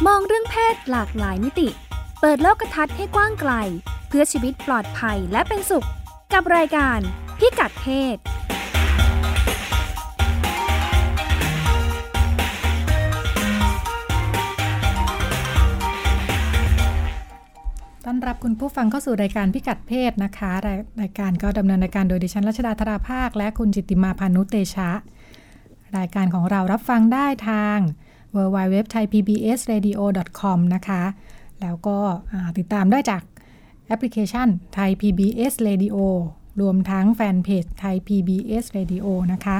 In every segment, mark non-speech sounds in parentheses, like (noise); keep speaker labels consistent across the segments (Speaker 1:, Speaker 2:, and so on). Speaker 1: ศหลากหลายมิติ เปิดโลกทัศน์ให้กว้างไกล เพื่อชีวิตปลอดภัยและเป็นสุข กับรายการพิกัดเพศ
Speaker 2: ต้อนรับคุณผู้ฟังเข้าสู่รายการพิกัดเพศนะคะรายรายการก็ดำเนินรายการโดยดิฉันรัชดาธราภาค และคุณจิตติมาพานุเตชะ รายการของเรารับฟังได้ทาง w w w t h a i p b s r a d i o c o m นะคะ แล้วก็อ่าติดตามได้จากแอปพลิเคชันไทย PBS Radio รวมทั้งแฟนเพจไทย PBS Radio นะคะ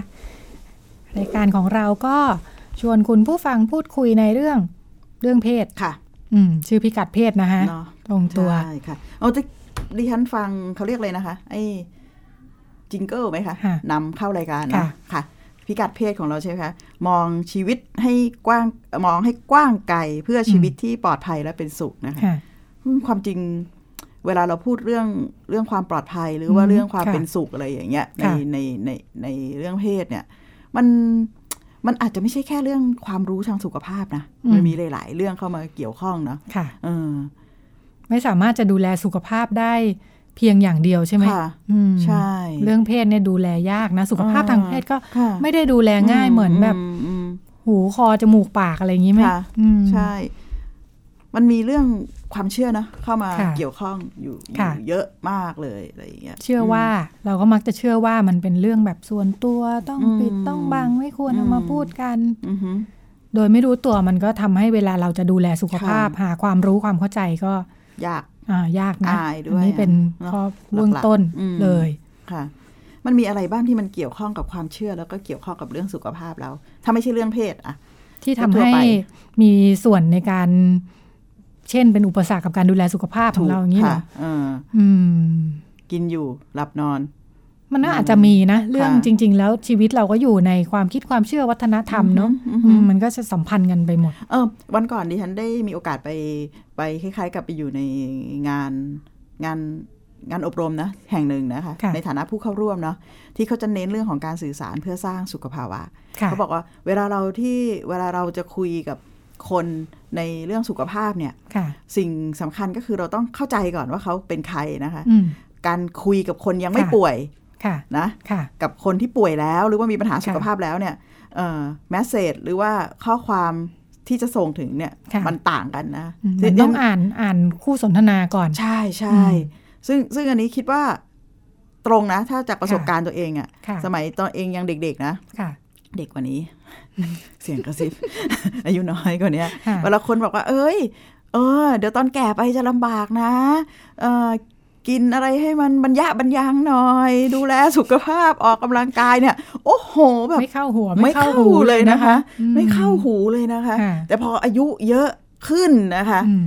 Speaker 2: รายการของเราก็ชวนคุณผู้ฟังพูดคุยในเรื่องเรื่องเพศ
Speaker 3: ค่ะ
Speaker 2: อืม ชื่อพิกัดเพศนะฮะ
Speaker 3: เนาะ
Speaker 2: ตรงตัว
Speaker 3: ใช่ค่ะเอาแต่ดิฉันฟังเขาเรียกเลยนะคะ ไอ้จิงเกิลไหมคะ
Speaker 2: ค่ะ
Speaker 3: นำเข้ารายการเน
Speaker 2: ค่ะ
Speaker 3: อะค่ะ พิกัดเพศของเราใช่ไหมคะ มองชีวิตให้กว้างมองให้กว้างไกลเพื่อชีวิตที่ปลอดภัยและเป็นสุขนะคะ
Speaker 2: ค่ะ
Speaker 3: อืมความจริงเวลาเราพูดเรื่องเรื่องความปลอดภัยหรือ
Speaker 2: อื
Speaker 3: ว่าม เรื่องความ
Speaker 2: ค่ะ
Speaker 3: เป็นสุขอะไรอย่างเงี้ยใน
Speaker 2: ค่ะ
Speaker 3: ในในในเรื่องเพศเนี่ย มันมันอาจจะไม่ใช่แค่เรื่องความรู้ทางสุขภาพนะ
Speaker 2: อืม
Speaker 3: มันมีหลาย ๆ เรื่องเข้ามาเกี่ยวข้องเนาะ
Speaker 2: ค่ะ
Speaker 3: เออ
Speaker 2: ไม่สามารถจะดูแลสุขภาพได้เพียงอย่างเดียวใช่ไหม
Speaker 3: ค่ะ
Speaker 2: อืม
Speaker 3: ใช่
Speaker 2: เรื่องเพศเนี่ยดูแลยากนะ สุขภาพทางเพศก็
Speaker 3: ค่ะ
Speaker 2: ไม่ได้ดูแลง่ายเหมือนแบบ
Speaker 3: มอืม
Speaker 2: หูคอจมูกปากอะไรอย่างนี้ไหม
Speaker 3: ค่ะ
Speaker 2: อืม
Speaker 3: ใช่ มันมีเรื่องความเชื่อนะเข้ามา
Speaker 2: ค่ะ
Speaker 3: เกี่ยวข้องอยู่อ
Speaker 2: ค่ะ
Speaker 3: ยู่เยอะมากเลยอะไรอย่างเงี้ย
Speaker 2: เชื่อว่าเราก็มักจะเชื่อว่ามันเป็นเรื่องแบบส่วนตัวต้อง
Speaker 3: อืม
Speaker 2: ปิดต้องบังไม่ควร
Speaker 3: อืม
Speaker 2: เอามาพูดกัน
Speaker 3: อือหือ
Speaker 2: โดยไม่รู้ตัวมันก็ทำให้เวลาเราจะดูแลสุขภาพ
Speaker 3: ค่ะ
Speaker 2: หาความรู้ความเข้าใจก็
Speaker 3: ยาก
Speaker 2: อ่ายากนะ
Speaker 3: อายด้วย
Speaker 2: อันนี้เป็น
Speaker 3: เนอะ
Speaker 2: ข้อเบื้อง
Speaker 3: หลักๆ
Speaker 2: ต้น
Speaker 3: อืม
Speaker 2: เลย
Speaker 3: ค่ะ มันมีอะไรบ้างที่มันเกี่ยวข้องกับความเชื่อแล้วก็เกี่ยวข้องกับเรื่องสุขภาพเรา ถ้าไม่ใช่เรื่องเพศอะ
Speaker 2: ที่ทำ
Speaker 3: ทั่ว
Speaker 2: ให้
Speaker 3: ไป
Speaker 2: มีส่วนในการ เช่นเป็นอุปสรรคกับการดูแลสุขภาพของเราอย่างนี้เหร
Speaker 3: ค่ะ
Speaker 2: อ
Speaker 3: เออ
Speaker 2: อืม
Speaker 3: กินอยู่ หลับนอน
Speaker 2: มันน่า
Speaker 3: อืม
Speaker 2: อาจจะมีนะ เรื่อง
Speaker 3: ค่ะ
Speaker 2: จริง ๆ แล้วชีวิตเราก็อยู่ในความคิดความเชื่อวัฒนธรรมเนาะ
Speaker 3: อือหืออือหือ
Speaker 2: มมันก็จะสัมพันธ์กันไปหมด
Speaker 3: เออ วันก่อนดิฉันได้มีโอกาสไปไปคล้ายๆ กับไปอยู่ในงานงานงานอบรมนะ แห่งหนึ่งนะคะ
Speaker 2: ค่ะ
Speaker 3: ในฐานะผู้เข้าร่วมเนาะที่เขาจะเน้นเรื่องของการสื่อสารเพื่อสร้างสุขภาวะ
Speaker 2: ค่ะ
Speaker 3: เขาบอกว่าเวลาเราที่เวลาเราจะคุยกับคนในเรื่องสุขภาพเนี่ย
Speaker 2: ค่ะ
Speaker 3: สิ่งสำคัญก็คือเราต้องเข้าใจก่อนว่าเขาเป็นใครนะคะ
Speaker 2: อืม
Speaker 3: การคุยกับคนยังไม่
Speaker 2: ค่ะ
Speaker 3: ป่วย
Speaker 2: ค่ะ
Speaker 3: นะ
Speaker 2: ค่ะ
Speaker 3: กับคนที่ป่วยแล้วหรือว่ามีปัญหาสุข
Speaker 2: ค่ะ
Speaker 3: ภาพแล้วเนี่ยแมสเซจหรือว่าข้อความที่จะส่งถึงเนี่ย
Speaker 2: ค่ะ
Speaker 3: มันต่างกันนะ
Speaker 2: อืม
Speaker 3: ซึ่
Speaker 2: มันต้องอ่านอ่านคู่สนทนาก่อน
Speaker 3: ใช่
Speaker 2: อื
Speaker 3: ใช่
Speaker 2: ม
Speaker 3: ซึ่งซึ่งอันนี้คิดว่าตรงนะ ถ้าจากประสบ
Speaker 2: ค่ะ
Speaker 3: การณ์ตัวเองอะ
Speaker 2: ค่ะ
Speaker 3: สมัยตอนเองยังเด็ก ๆ นะ
Speaker 2: ค่ะ
Speaker 3: เด็กกว่านี้ เสียงกระซิบ (laughs) อายุน้อยกว่าเนี้ย
Speaker 2: ค่ะ
Speaker 3: เวลาคนบอกว่า เอ้ย เออ เดี๋ยวตอนแก่ไปจะลำบากนะ เออกินอะไรให้มันบรรยะบรรยังหน่อย ดูแลสุขภาพออกกำลังกายเนี่ย โอ้โหแบบ
Speaker 2: ไม่เข้าหัว
Speaker 3: ไม่เข้าหูเลยนะคะ
Speaker 2: อื
Speaker 3: ไม่เข้าหูเลยนะคะ
Speaker 2: ค่ะ
Speaker 3: แต่พออายุเยอะขึ้นนะคะ
Speaker 2: อืม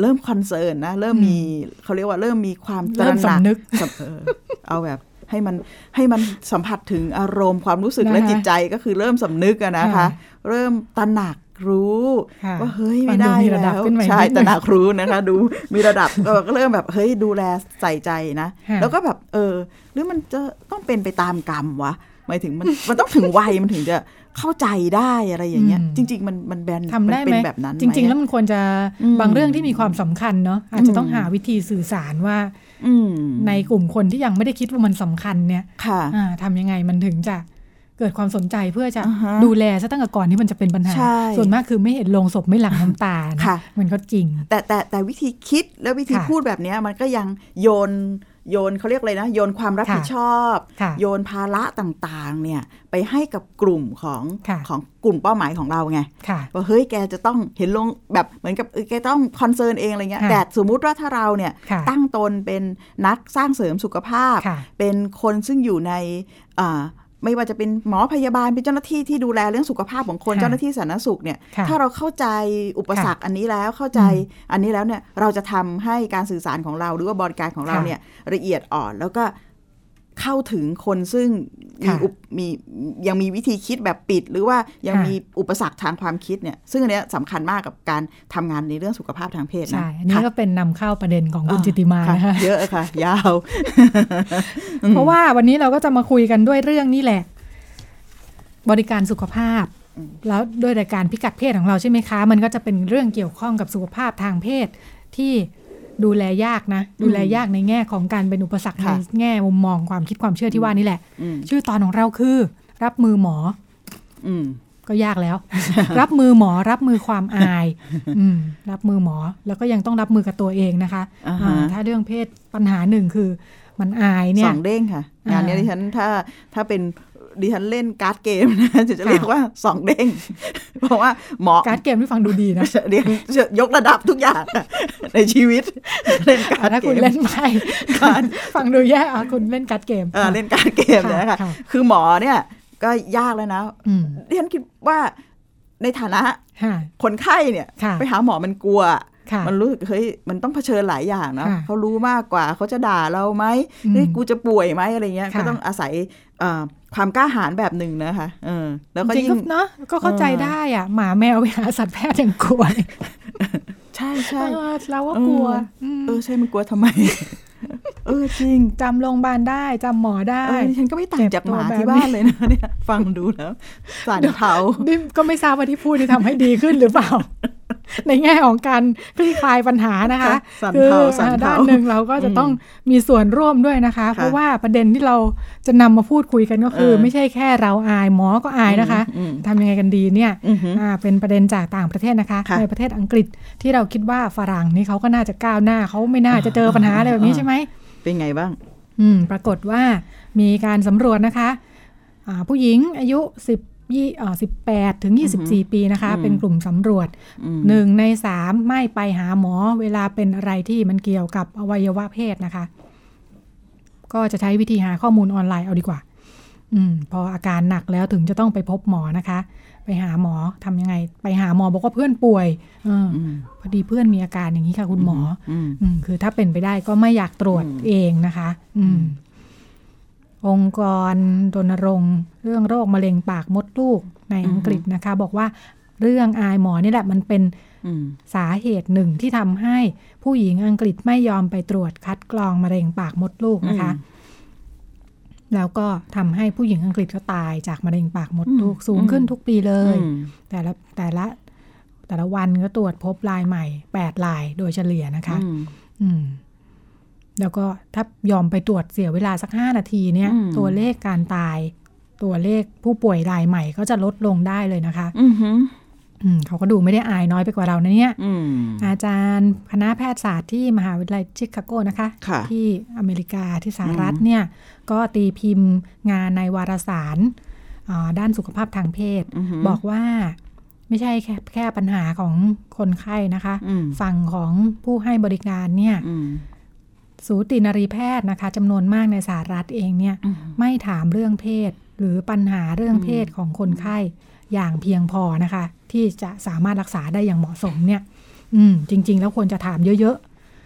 Speaker 3: เริ่มคอนเซิร์นนะ เริ่ม
Speaker 2: อืม
Speaker 3: มีเขาเรียกว่าเริ่มมีความต
Speaker 2: เริ่
Speaker 3: ระ
Speaker 2: ม
Speaker 3: หนัก
Speaker 2: สำนึก
Speaker 3: สำเออเอาแบบให้มันให้มันสัมผัสถึงอารมณ์ความรู้สึก
Speaker 2: นะคะ
Speaker 3: และจิตใจก็คือเริ่มสำนึกอะนะคะ
Speaker 2: ค่ะ
Speaker 3: เริ่มตระหนักรู้
Speaker 2: ค่ะ
Speaker 3: ว่าเฮ้ย
Speaker 2: ฟั
Speaker 3: ไม่
Speaker 2: งดู
Speaker 3: ได้
Speaker 2: มีระดั
Speaker 3: แล้
Speaker 2: บ
Speaker 3: ว
Speaker 2: ขึ้นมาอีก
Speaker 3: ใช่
Speaker 2: นิดนึง
Speaker 3: ตระหนักรู้นะคะ (laughs) ดูมีระดับก็ก็เริ่มแบบเฮ้ยดูแลใส่ใจนะ
Speaker 2: ค่ะ
Speaker 3: แล้วก็แบบเออ หรือมันจะต้องเป็นไปตามกรรมวะหมายถึงมัน (laughs) มันต้องถึงวัยมันถึงจะเข้าใจได้อะไรอย่างเงี้ย
Speaker 2: อืม
Speaker 3: จริง ๆ มันมันแบน
Speaker 2: ทำได้
Speaker 3: น
Speaker 2: ไหม
Speaker 3: เป็นแบบนั้นไหม
Speaker 2: จริง ๆ
Speaker 3: อะ
Speaker 2: แล้วมันควรจะ
Speaker 3: อืม
Speaker 2: บางเรื่องที่มีความสำคัญเนาะอาจจะต้อง
Speaker 3: อืม
Speaker 2: หาวิธีสื่อสารว่า
Speaker 3: อืม
Speaker 2: ในกลุ่มคนที่ยังไม่ได้คิดว่ามันสำคัญเนี่ย
Speaker 3: ค่ะ
Speaker 2: อ่าทำยังไงมันถึงจะเกิดความสนใจเพื่อจะ
Speaker 3: อ่าฮะ
Speaker 2: ดูแลซะตั้งแต่ก่อนที่มันจะเป็นปัญหา
Speaker 3: ใช่
Speaker 2: ส่วนมากคือไม่เห็นโลงศพไม่หลั่งน้ำตานะ
Speaker 3: ค่ะ
Speaker 2: มันก็จริง
Speaker 3: แต่แต่แต่วิธีคิดและวิธี
Speaker 2: ค่ะ
Speaker 3: พูดแบบเนี้ยมันก็ยังโยนโยนเขาเรียกอะไรนะ โยนความรับ
Speaker 2: ค่ะ
Speaker 3: ผิดชอบ
Speaker 2: ค่ะ
Speaker 3: โยนภาระต่างๆเนี่ยไปให้กับกลุ่มของ
Speaker 2: ค่ะ
Speaker 3: ของกลุ่มเป้าหมายของเราไง
Speaker 2: ค่ะ
Speaker 3: ว่าเฮ้ยแกจะต้องเห็นลงแบบเหมือนกับเออแกต้องคอนเซิร์นเองอะไรเงี้ย
Speaker 2: ค่ะ
Speaker 3: แต่สมมุติว่าถ้าเราเนี่ย
Speaker 2: ค่ะ
Speaker 3: ตั้งตนเป็นนักสร้างเสริมสุขภาพ
Speaker 2: ค่ะ
Speaker 3: เป็นคนซึ่งอยู่ในอ่าไม่ว่าจะเป็นหมอพยาบาลเป็นเจ้าหน้าที่ที่ดูแลเรื่องสุขภาพของคน
Speaker 2: ค่ะ
Speaker 3: เจ้าหน้าที่สาธารณสุขเนี่ย
Speaker 2: ค่ะ
Speaker 3: ถ้าเราเข้าใจอุปสรรคอันนี้แล้วเข้าใจอันนี้แล้วเนี่ยเราจะทำให้การสื่อสารของเราหรือว่าบริการของเรา
Speaker 2: ค่ะ
Speaker 3: เนี่ยละเอียดอ่อนแล้วก็เข้าถึงคนซึ่งมี
Speaker 2: ค่ะ
Speaker 3: อุปมียังมีวิธีคิดแบบปิด หรือว่ายัง
Speaker 2: ค่ะ
Speaker 3: มีอุปสรรคทางความคิดเนี่ยซึ่งอันเนี้ยสำคัญมากกับการทำงานในเรื่องสุขภาพทางเพศนะ
Speaker 2: ใช่อันนี้
Speaker 3: ค่ะ
Speaker 2: ก็เป็นนำเข้าประเด็นของคุณ
Speaker 3: อ่
Speaker 2: จิตติมา
Speaker 3: ค่ะ
Speaker 2: นะคะ
Speaker 3: เยอะค่ะ ยาว
Speaker 2: เพราะว่าวันนี้เราก็จะมาคุยกันด้วยเรื่องนี่แหละ บริการสุขภาพ แล้วด้วยรายการพิกัดเพศของเราใช่ไหมคะ มันก็จะเป็นเรื่องเกี่ยวข้องกับสุขภาพทางเพศที่ดูแลยากนะ ดูแลยากในแง่ของการเป็นอุปสรรคใน
Speaker 3: ค่ะ
Speaker 2: แง่มุมมองความคิดความเชื่อที่ว่านี่แหละ
Speaker 3: อืม
Speaker 2: ชื่อตอนของเราคือ รับมือหมอ
Speaker 3: อืม
Speaker 2: ก็ยาก
Speaker 3: (laughs)
Speaker 2: แล้ว รับมือหมอรับมือความอาย อืมรับมือหมอแล้วก็ยังต้องรับมือกับตัวเองนะคะ
Speaker 3: อ่าฮะ
Speaker 2: อ่าถ้าเรื่องเพศปัญหาหนึ่งคือมันอายเนี่
Speaker 3: ส
Speaker 2: ย
Speaker 3: องเด้งค่ะ
Speaker 2: อ่าง
Speaker 3: งานเนี้ยดิฉันถ้าถ้าเป็นดิฉันเล่นการ์ดเกมนะจะจะเรียก
Speaker 2: ค่ะ
Speaker 3: ว่าสองเด้ง
Speaker 2: (laughs)
Speaker 3: เพราะว่าหมอ
Speaker 2: การดเกมที่ฟังดูดีนะ
Speaker 3: เรียนจะยกระดับทุกอย่างอะในชีวิต เล่นการ์ด
Speaker 2: ถ้า
Speaker 3: เก
Speaker 2: คุณ
Speaker 3: ม
Speaker 2: เล่นไม่ (laughs)
Speaker 3: การ
Speaker 2: ฟังดูแย่อ่ะคุณเล่นการ์ดเกม
Speaker 3: เออเล่นการ์ดเกมเนยนะคะ
Speaker 2: ค่ะ
Speaker 3: คือหมอเนี่ยก็ยากแล้วนะ
Speaker 2: อืม
Speaker 3: ดิฉันคิดว่าในฐานะ
Speaker 2: ค่ะ
Speaker 3: คนไข้เนี่ย
Speaker 2: ค่ะ
Speaker 3: ไปหาหมอมันกลัว
Speaker 2: ค่ะ
Speaker 3: มันรู้สึกเฮ้ยมันต้องเผชิญหลายอย่างนะ
Speaker 2: ค่ะ
Speaker 3: เขารู้มากกว่าเขาจะด่าเราไหม
Speaker 2: อืม
Speaker 3: เฮ้ยกูจะป่วยไหมอะไรเงี้ย
Speaker 2: ค่ะ
Speaker 3: ก็ต้องอาศัยเอ่อความกล้าหาญแบบหนึ่งนะคะเออแล้วก็
Speaker 2: จริง
Speaker 3: ยิ่
Speaker 2: ก็
Speaker 3: ง
Speaker 2: เนาะก็เข้าใจ
Speaker 3: เออ
Speaker 2: ได้อ่ะหมาแมวไปหาสัตวแพทย์ยังกลัวเลย
Speaker 3: ใช่ใช่
Speaker 2: เออเราก็กลัว
Speaker 3: เออ
Speaker 2: ม
Speaker 3: เออใช่มันกลัวทำไม (laughs) เออจริง
Speaker 2: จำโรงพยาบาลได้จำหมอได้
Speaker 3: เออดิฉันก็ไม่ต่างจากหมา
Speaker 2: เจ็บตัวแบบ
Speaker 3: ที่บ้านเลยนะ (laughs) เนี่ยฟังดูแล้วสันเทา
Speaker 2: (laughs) นี่ก็ไม่ทราบว่าที่พูดนี่ทำให้ดีขึ้นหรือเปล่า (laughs) ในแง่ของการคลี่คลายปัญหานะคะ
Speaker 3: สัน
Speaker 2: คือ
Speaker 3: เทาสัน
Speaker 2: อ่าด้า
Speaker 3: เทา
Speaker 2: นหนึ่งเราก็จะต้องมีส่วนร่วมด้วยนะคะ
Speaker 3: ค่ะ
Speaker 2: เพราะว่าประเด็นที่เราจะนำมาพูดคุยกันก็คือ
Speaker 3: เออ
Speaker 2: ไม่ใช่แค่เราอายหมอก็อายนะคะ
Speaker 3: อืมอืม
Speaker 2: ทำยังไงกันดีเนี่ย
Speaker 3: อือหือ
Speaker 2: อ่าเป็นประเด็นจากต่างประเทศนะคะ
Speaker 3: ค่ะ
Speaker 2: ในประเทศอังกฤษที่เราคิดว่าฝรั่งนี่เขาก็น่าจะก้าวหน้าเขาไม่น่าจะเจอปัญหาอะไรแบบนี้
Speaker 3: อ่า
Speaker 2: ใช่ไหม
Speaker 3: เป็นไงบ้าง
Speaker 2: อืม ปรากฏว่ามีการสำรวจนะคะอ่าผู้หญิงอายุ 10ยี่อ่า18 ถึง 24 ปีนะคะ
Speaker 3: อืม
Speaker 2: เป็นกลุ่มสำรวจ
Speaker 3: อืม
Speaker 2: 1 ใน 3 ไม่ไปหาหมอเวลาเป็นอะไรที่มันเกี่ยวกับอวัยวะเพศนะคะ ก็จะใช้วิธีหาข้อมูลออนไลน์เอาดีกว่า อืม พออาการหนักแล้วถึงจะต้องไปพบหมอนะคะ ไปหาหมอทำยังไง ไปหาหมอบอกว่าเพื่อนป่วยเอออ
Speaker 3: ม
Speaker 2: พอดีเพื่อนมีอาการอย่างนี้ค่ะคุณหมอ
Speaker 3: อืม
Speaker 2: อืมคือถ้าเป็นไปได้ก็ไม่อยากตรวจ
Speaker 3: อืม
Speaker 2: เองนะคะ อืม องค์กรรณรงค์เรื่องโรคมะเร็งปากมดลูกในอังกฤษนะคะ บอกว่าเรื่องอายหมอนี่แหละมันเป็น
Speaker 3: อืม
Speaker 2: สาเหตุหนึ่งที่ทำให้ผู้หญิงอังกฤษไม่ยอมไปตรวจคัดกรองมะเร็งปากมดลูกนะคะ
Speaker 3: อืม
Speaker 2: แล้วก็ทำให้ผู้หญิงอังกฤษก็ตายจากมะเร็งปากมดลูก
Speaker 3: อืม
Speaker 2: สูงขึ้น
Speaker 3: อืม
Speaker 2: ทุกปีเล
Speaker 3: เอย
Speaker 2: แต่ละแต่ละแต่ละวันก็ตรวจพบลายใหม่ 8 ลายโดยเฉลี่ยนะคะ อืม แล้วก็ถ้ายอมไปตรวจเสียเวลาสัก 5 นาทีเนี่ย
Speaker 3: อืม
Speaker 2: ตัวเลขการตาย ตัวเลขผู้ป่วยรายใหม่ก็จะลดลงได้เลยนะคะ
Speaker 3: อือหือ
Speaker 2: อืมเขาก็ดูไม่ได้อายน้อยไปกว่าเรานะเนี่ย
Speaker 3: อืม
Speaker 2: อาจารย์คณะแพทยศาสตร์ที่มหาวิทยาลัยชิคาโกนะคะ
Speaker 3: ค่ะ
Speaker 2: ที่อเมริกาที่สหรัฐ
Speaker 3: อืม
Speaker 2: เนี่ย ก็ตีพิมพ์งานในวารสารอ่าด้านสุขภาพทางเพศ
Speaker 3: หื
Speaker 2: บอกว่าไม่ใช่แค่แค่ปัญหาของคนไข้นะคะ
Speaker 3: อืม
Speaker 2: ฝั่งของผู้ให้บริการเนี่ย
Speaker 3: อืม
Speaker 2: สูตินรีแพทย์นะคะจำนวนมากในสหรัฐเองเนี่ย
Speaker 3: อืม
Speaker 2: ไม่ถามเรื่องเพศ หรือปัญหาเรื่องเพศของคนไข้อย่างเพียงพอนะคะ ที่จะสามารถรักษาได้อย่างเหมาะสมเนี่ย อืม จริง ๆ แล้วควรจะถามเยอะ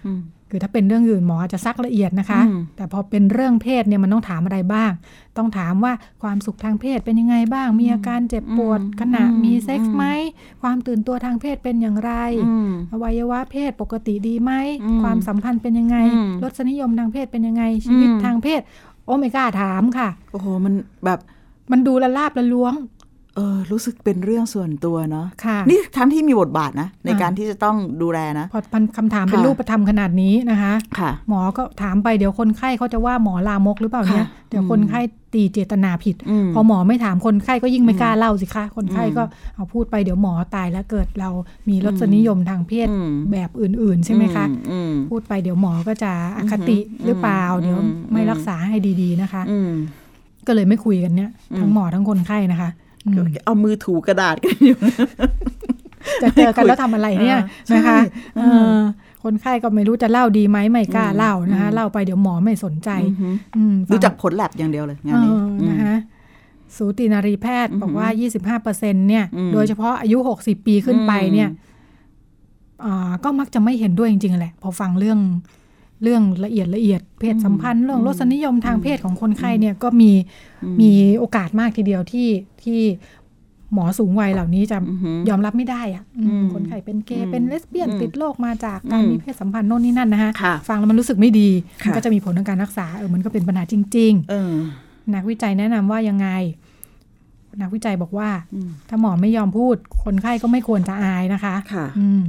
Speaker 3: อืม
Speaker 2: ๆ คือถ้าเป็นเรื่องอื่นหมออาจจะซักละเอียดนะคะ
Speaker 3: อืม
Speaker 2: แต่พอเป็นเรื่องเพศเนี่ยมันต้องถามอะไรบ้าง ต้องถามว่าความสุขทางเพศเป็นยังไงบ้าง มีอาการเจ็บปวด ขณะมีเซ็กซ์ไหมความตื่นตัวทางเพศเป็นอย่างไร
Speaker 3: อืม
Speaker 2: อวัยวะเพศปกติดีไหม
Speaker 3: อืม
Speaker 2: ความสัมพันธ์เป็นยังไง
Speaker 3: อืม
Speaker 2: รสนิยมทางเพศเป็นยังไง ชีวิต
Speaker 3: อืม
Speaker 2: ทางเพศ โอเมก้าถามค่ะ
Speaker 3: โอ้โหมันแบบ
Speaker 2: มันดูละลาบละล้วง
Speaker 3: เออรู้สึกเป็นเรื่องส่วนตัวเนาะ
Speaker 2: ค่ะ
Speaker 3: นี่ทั้งที่มีบทบาทนะ ใน
Speaker 2: อ่า
Speaker 3: การที่จะต้องดูแลนะ
Speaker 2: พอพันคำถามเป็น
Speaker 3: ค่ะ
Speaker 2: รูปธรรมขนาดนี้นะคะ
Speaker 3: ค่ะ
Speaker 2: หมอก็ถามไปเดี๋ยวคนไข้เขาจะว่าหมอลามกหรือเปล่าเนี่ย
Speaker 3: ค่ะ
Speaker 2: เดี๋ยวคนไข้ตีเจตนาผิด
Speaker 3: อืม
Speaker 2: พอหมอไม่ถามคนไข้ก็ยิ่งไม่กล้าเล่าสิคะ คนไข้
Speaker 3: อืม
Speaker 2: ก็เอาพูดไปเดี๋ยวหมอตายแล้วเกิดเรามีรสนิยมทางเพศ
Speaker 3: อืม
Speaker 2: แบบอื่น ๆ ใช่ไหมคะ
Speaker 3: อืม
Speaker 2: พูดไปเดี๋ยวหมอก็จะอคติ
Speaker 3: อืม
Speaker 2: หรือเปล่า
Speaker 3: อืม
Speaker 2: เดี๋ยว
Speaker 3: อืม
Speaker 2: ไม่รักษาให้ดีๆนะคะ
Speaker 3: อืม
Speaker 2: ก็เลยไม่คุยกันเนี่ย
Speaker 3: อืม
Speaker 2: ทั้งหมอทั้งคนไข้นะคะอืม
Speaker 3: เอามือถูกระดาษกันอยู่
Speaker 2: จะเจอกันแล้วทำอะไรเนี่ย
Speaker 3: เออ
Speaker 2: นะคะ
Speaker 3: ใช่
Speaker 2: เออคนไข้ก็ไม่รู้จะเล่าดีไหมไม่กล้า
Speaker 3: อืม
Speaker 2: เล่านะคะ
Speaker 3: อืม
Speaker 2: เล่าไปเดี๋ยวหมอไม่สนใจ
Speaker 3: อือหือ
Speaker 2: อืม
Speaker 3: ดูจากผลแลบอย่างเดียวเลยงานนี้
Speaker 2: เออ
Speaker 3: ม
Speaker 2: นะคะสูตินารีแพทย์
Speaker 3: อือหือ
Speaker 2: บอกว่า 25เปอร์เซ็นเนี่ย
Speaker 3: อืม
Speaker 2: โดยเฉพาะอายุ 60 ปีขึ้นไปเนี่ย
Speaker 3: อืม
Speaker 2: อ่าก็มักจะไม่เห็นด้วยจริงๆแหละ พอฟังเรื่องเรื่องละเอียดละเอียดเพศสัมพันธ์เรื่องรสนิยมทางเพศของคนไข้เนี่ยก็มี
Speaker 3: อื
Speaker 2: มีโอกาสมากทีเดียวที่ที่หมอสูงวัยเหล่านี้จะ
Speaker 3: อหือ
Speaker 2: ยอมรับไม่ได้อะอืม
Speaker 3: อืม
Speaker 2: คนไข้เป็นเก
Speaker 3: อื
Speaker 2: ย์
Speaker 3: ม
Speaker 2: เป็นเลสเบี้ยน
Speaker 3: อืม
Speaker 2: ติดโรคมาจากการ
Speaker 3: อืม
Speaker 2: มีเพศสัมพันธ์โน่นนี่นั่นนะคะ
Speaker 3: ค่ะ
Speaker 2: ฟังแล้วมันรู้สึกไม่ดีมัน
Speaker 3: ค่ะ
Speaker 2: ก็จะมีผลทางการรักษาเออมันก็เป็นปัญหาจริง
Speaker 3: เออ
Speaker 2: ๆ นักวิจัยแนะนำว่ายังไง นักวิจัยบอกว่า
Speaker 3: อืม
Speaker 2: ถ้าหมอไม่ยอมพูด คนไข้ก็ไม่ควรจะอายนะคะ
Speaker 3: ค่ะ
Speaker 2: อืม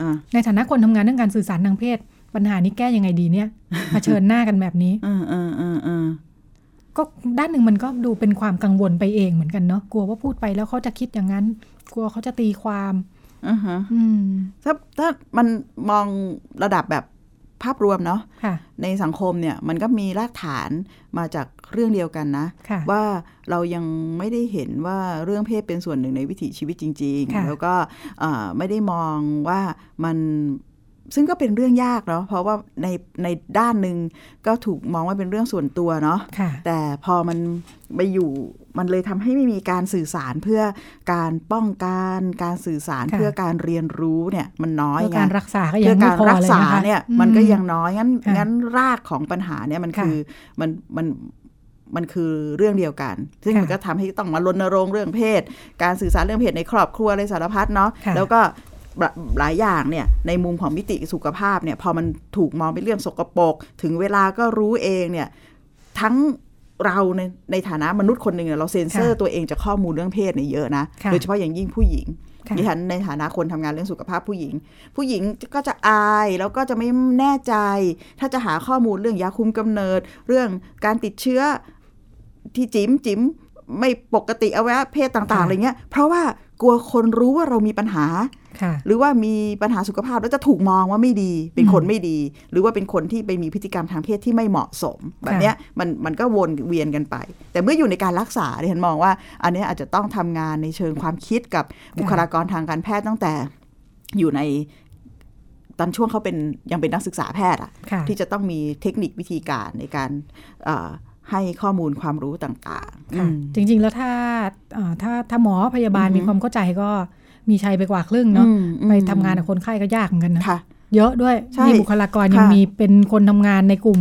Speaker 3: อ่า
Speaker 2: ในฐานะคนทำงานเรื่องการสื่อสารทางเพศ ปัญหานี้แก้ยังไงดีเนี่ยเผชิญหน้ากันแบบนี้
Speaker 3: อ่าอ่าอ่าอ่า
Speaker 2: ก็ด้านหนึ่งมันก็ดูเป็นความกังวลไปเองเหมือนกันเนาะกลัวว่าพูดไปแล้วเขาจะคิดอย่างนั้น กลัวเขาจะตีความ
Speaker 3: อ่าฮะ
Speaker 2: อืม
Speaker 3: ถ้าถ้ามันมองระดับแบบภาพรวมเนาะ
Speaker 2: ค่ะ
Speaker 3: ในสังคมเนี่ยมันก็มีรากฐานมาจากเรื่องเดียวกันนะ
Speaker 2: ค่ะ
Speaker 3: ว่าเรายังไม่ได้เห็นว่าเรื่องเพศเป็นส่วนหนึ่งในวิถีชีวิตจริง
Speaker 2: ค่ะ
Speaker 3: ๆ แล้วก็เอ่อไม่ได้มองว่ามันซึ่งก็เป็นเรื่องยากเนาะเพราะว่าในในด้านหนึ่งก็ถูกมองว่าเป็นเรื่องส่วนตัวเนาะ
Speaker 2: ค่ะ
Speaker 3: แต่พอมันไปอยู่มันเลยทำให้ไม่มีการสื่อสารเพื่อการป้องกันการสื่อสาร
Speaker 2: ค่ะ
Speaker 3: เพื่อการเรียนรู้เนี่ยมันน้อย
Speaker 2: เพื่อ
Speaker 3: ไง
Speaker 2: การรักษาก็ยั
Speaker 3: เพื่
Speaker 2: ง
Speaker 3: อ
Speaker 2: ไม่
Speaker 3: การ
Speaker 2: พอ
Speaker 3: รัก
Speaker 2: เลย
Speaker 3: ษา
Speaker 2: นะคะ
Speaker 3: เนี่ย
Speaker 2: อื
Speaker 3: มันก็ยังน้อยงั้น
Speaker 2: ค่ะ
Speaker 3: งั้นรากของปัญหาเนี่ยมัน
Speaker 2: ค่ะ
Speaker 3: คือมันมันมันคือเรื่องเดียวกัน ซึ่ง
Speaker 2: ค่ะ
Speaker 3: มันก็ทำให้ต้องมารณรงค์เรื่องเพศ การสื่อสารเรื่องเพศในครอบครัวอะไรสารพัดเนาะ
Speaker 2: ค่ะ
Speaker 3: แล้วก็หลาหลายอย่างเนี่ยในมุมของมิติสุขภาพเนี่ยพอมันถูกมองเป็นเรื่องสกปรกถึงเวลาก็รู้เองเนี่ยทั้งเราในในฐานะมนุษย์คนหนึ่งเนี่ยเราเซ็นเซอร์ตัวเองจากข้อมูลเรื่องเพศเนี่ยเยอะนะ
Speaker 2: ค่ะ
Speaker 3: โดยเฉพาะอย่างยิ่งผู้หญิง
Speaker 2: ค่ะ
Speaker 3: ดิฉันในฐานะคนทำงานเรื่องสุขภาพผู้หญิง ผู้หญิงก็จะอายแล้วก็จะไม่แน่ใจ ถ้าจะหาข้อมูลเรื่องยาคุมกำเนิด เรื่องการติดเชื้อที่จิ๋มจิ๋มไม่ปกติอวัยวะเพศต่าง ๆ
Speaker 2: ค่ะ
Speaker 3: อะไรเงี้ย เพราะว่ากลัวคนรู้ว่าเรามีปัญหา
Speaker 2: ค่ะ
Speaker 3: หรือว่ามีปัญหาสุขภาพแล้วจะถูกมองว่าไม่ดี เป็นคนไม่ดี หรือว่าเป็นคนที่ไปมีพฤติกรรมทางเพศที่ไม่เหมาะสม แบบเนี้ยมันมันก็วนเวียนกันไป แต่เมื่ออยู่ในการรักษาดิฉันมองว่า อันเนี้ยอาจจะต้องทำงานในเชิงความคิดกับบุคลากรทางการแพทย์ตั้งแต่อยู่ในตอนช่วงเขาเป็นยังเป็นนักศึกษาแพทย์อะ
Speaker 2: ค่ะ
Speaker 3: ที่จะต้องมีเทคนิควิธีการในการเอ่อให้ข้อมูลความรู้ต่างๆ
Speaker 2: ค่ะ
Speaker 3: อืม
Speaker 2: จริง ๆ แล้วถ้าเอ่อถ้าถ้าหมอพยาบาล
Speaker 3: อือฮึ
Speaker 2: มีความเข้าใจก็มีชัยไปกว่าครึ่งเนาะ
Speaker 3: อืมอืม
Speaker 2: ไปทำงานกับคนไข้ก็ยากเหมือนกันนะ
Speaker 3: ค่ะ
Speaker 2: เยอะด้วย
Speaker 3: ใช่
Speaker 2: มีบุคลากร
Speaker 3: ค่ะ
Speaker 2: ยังมีเป็นคนทำงานในกลุ่ม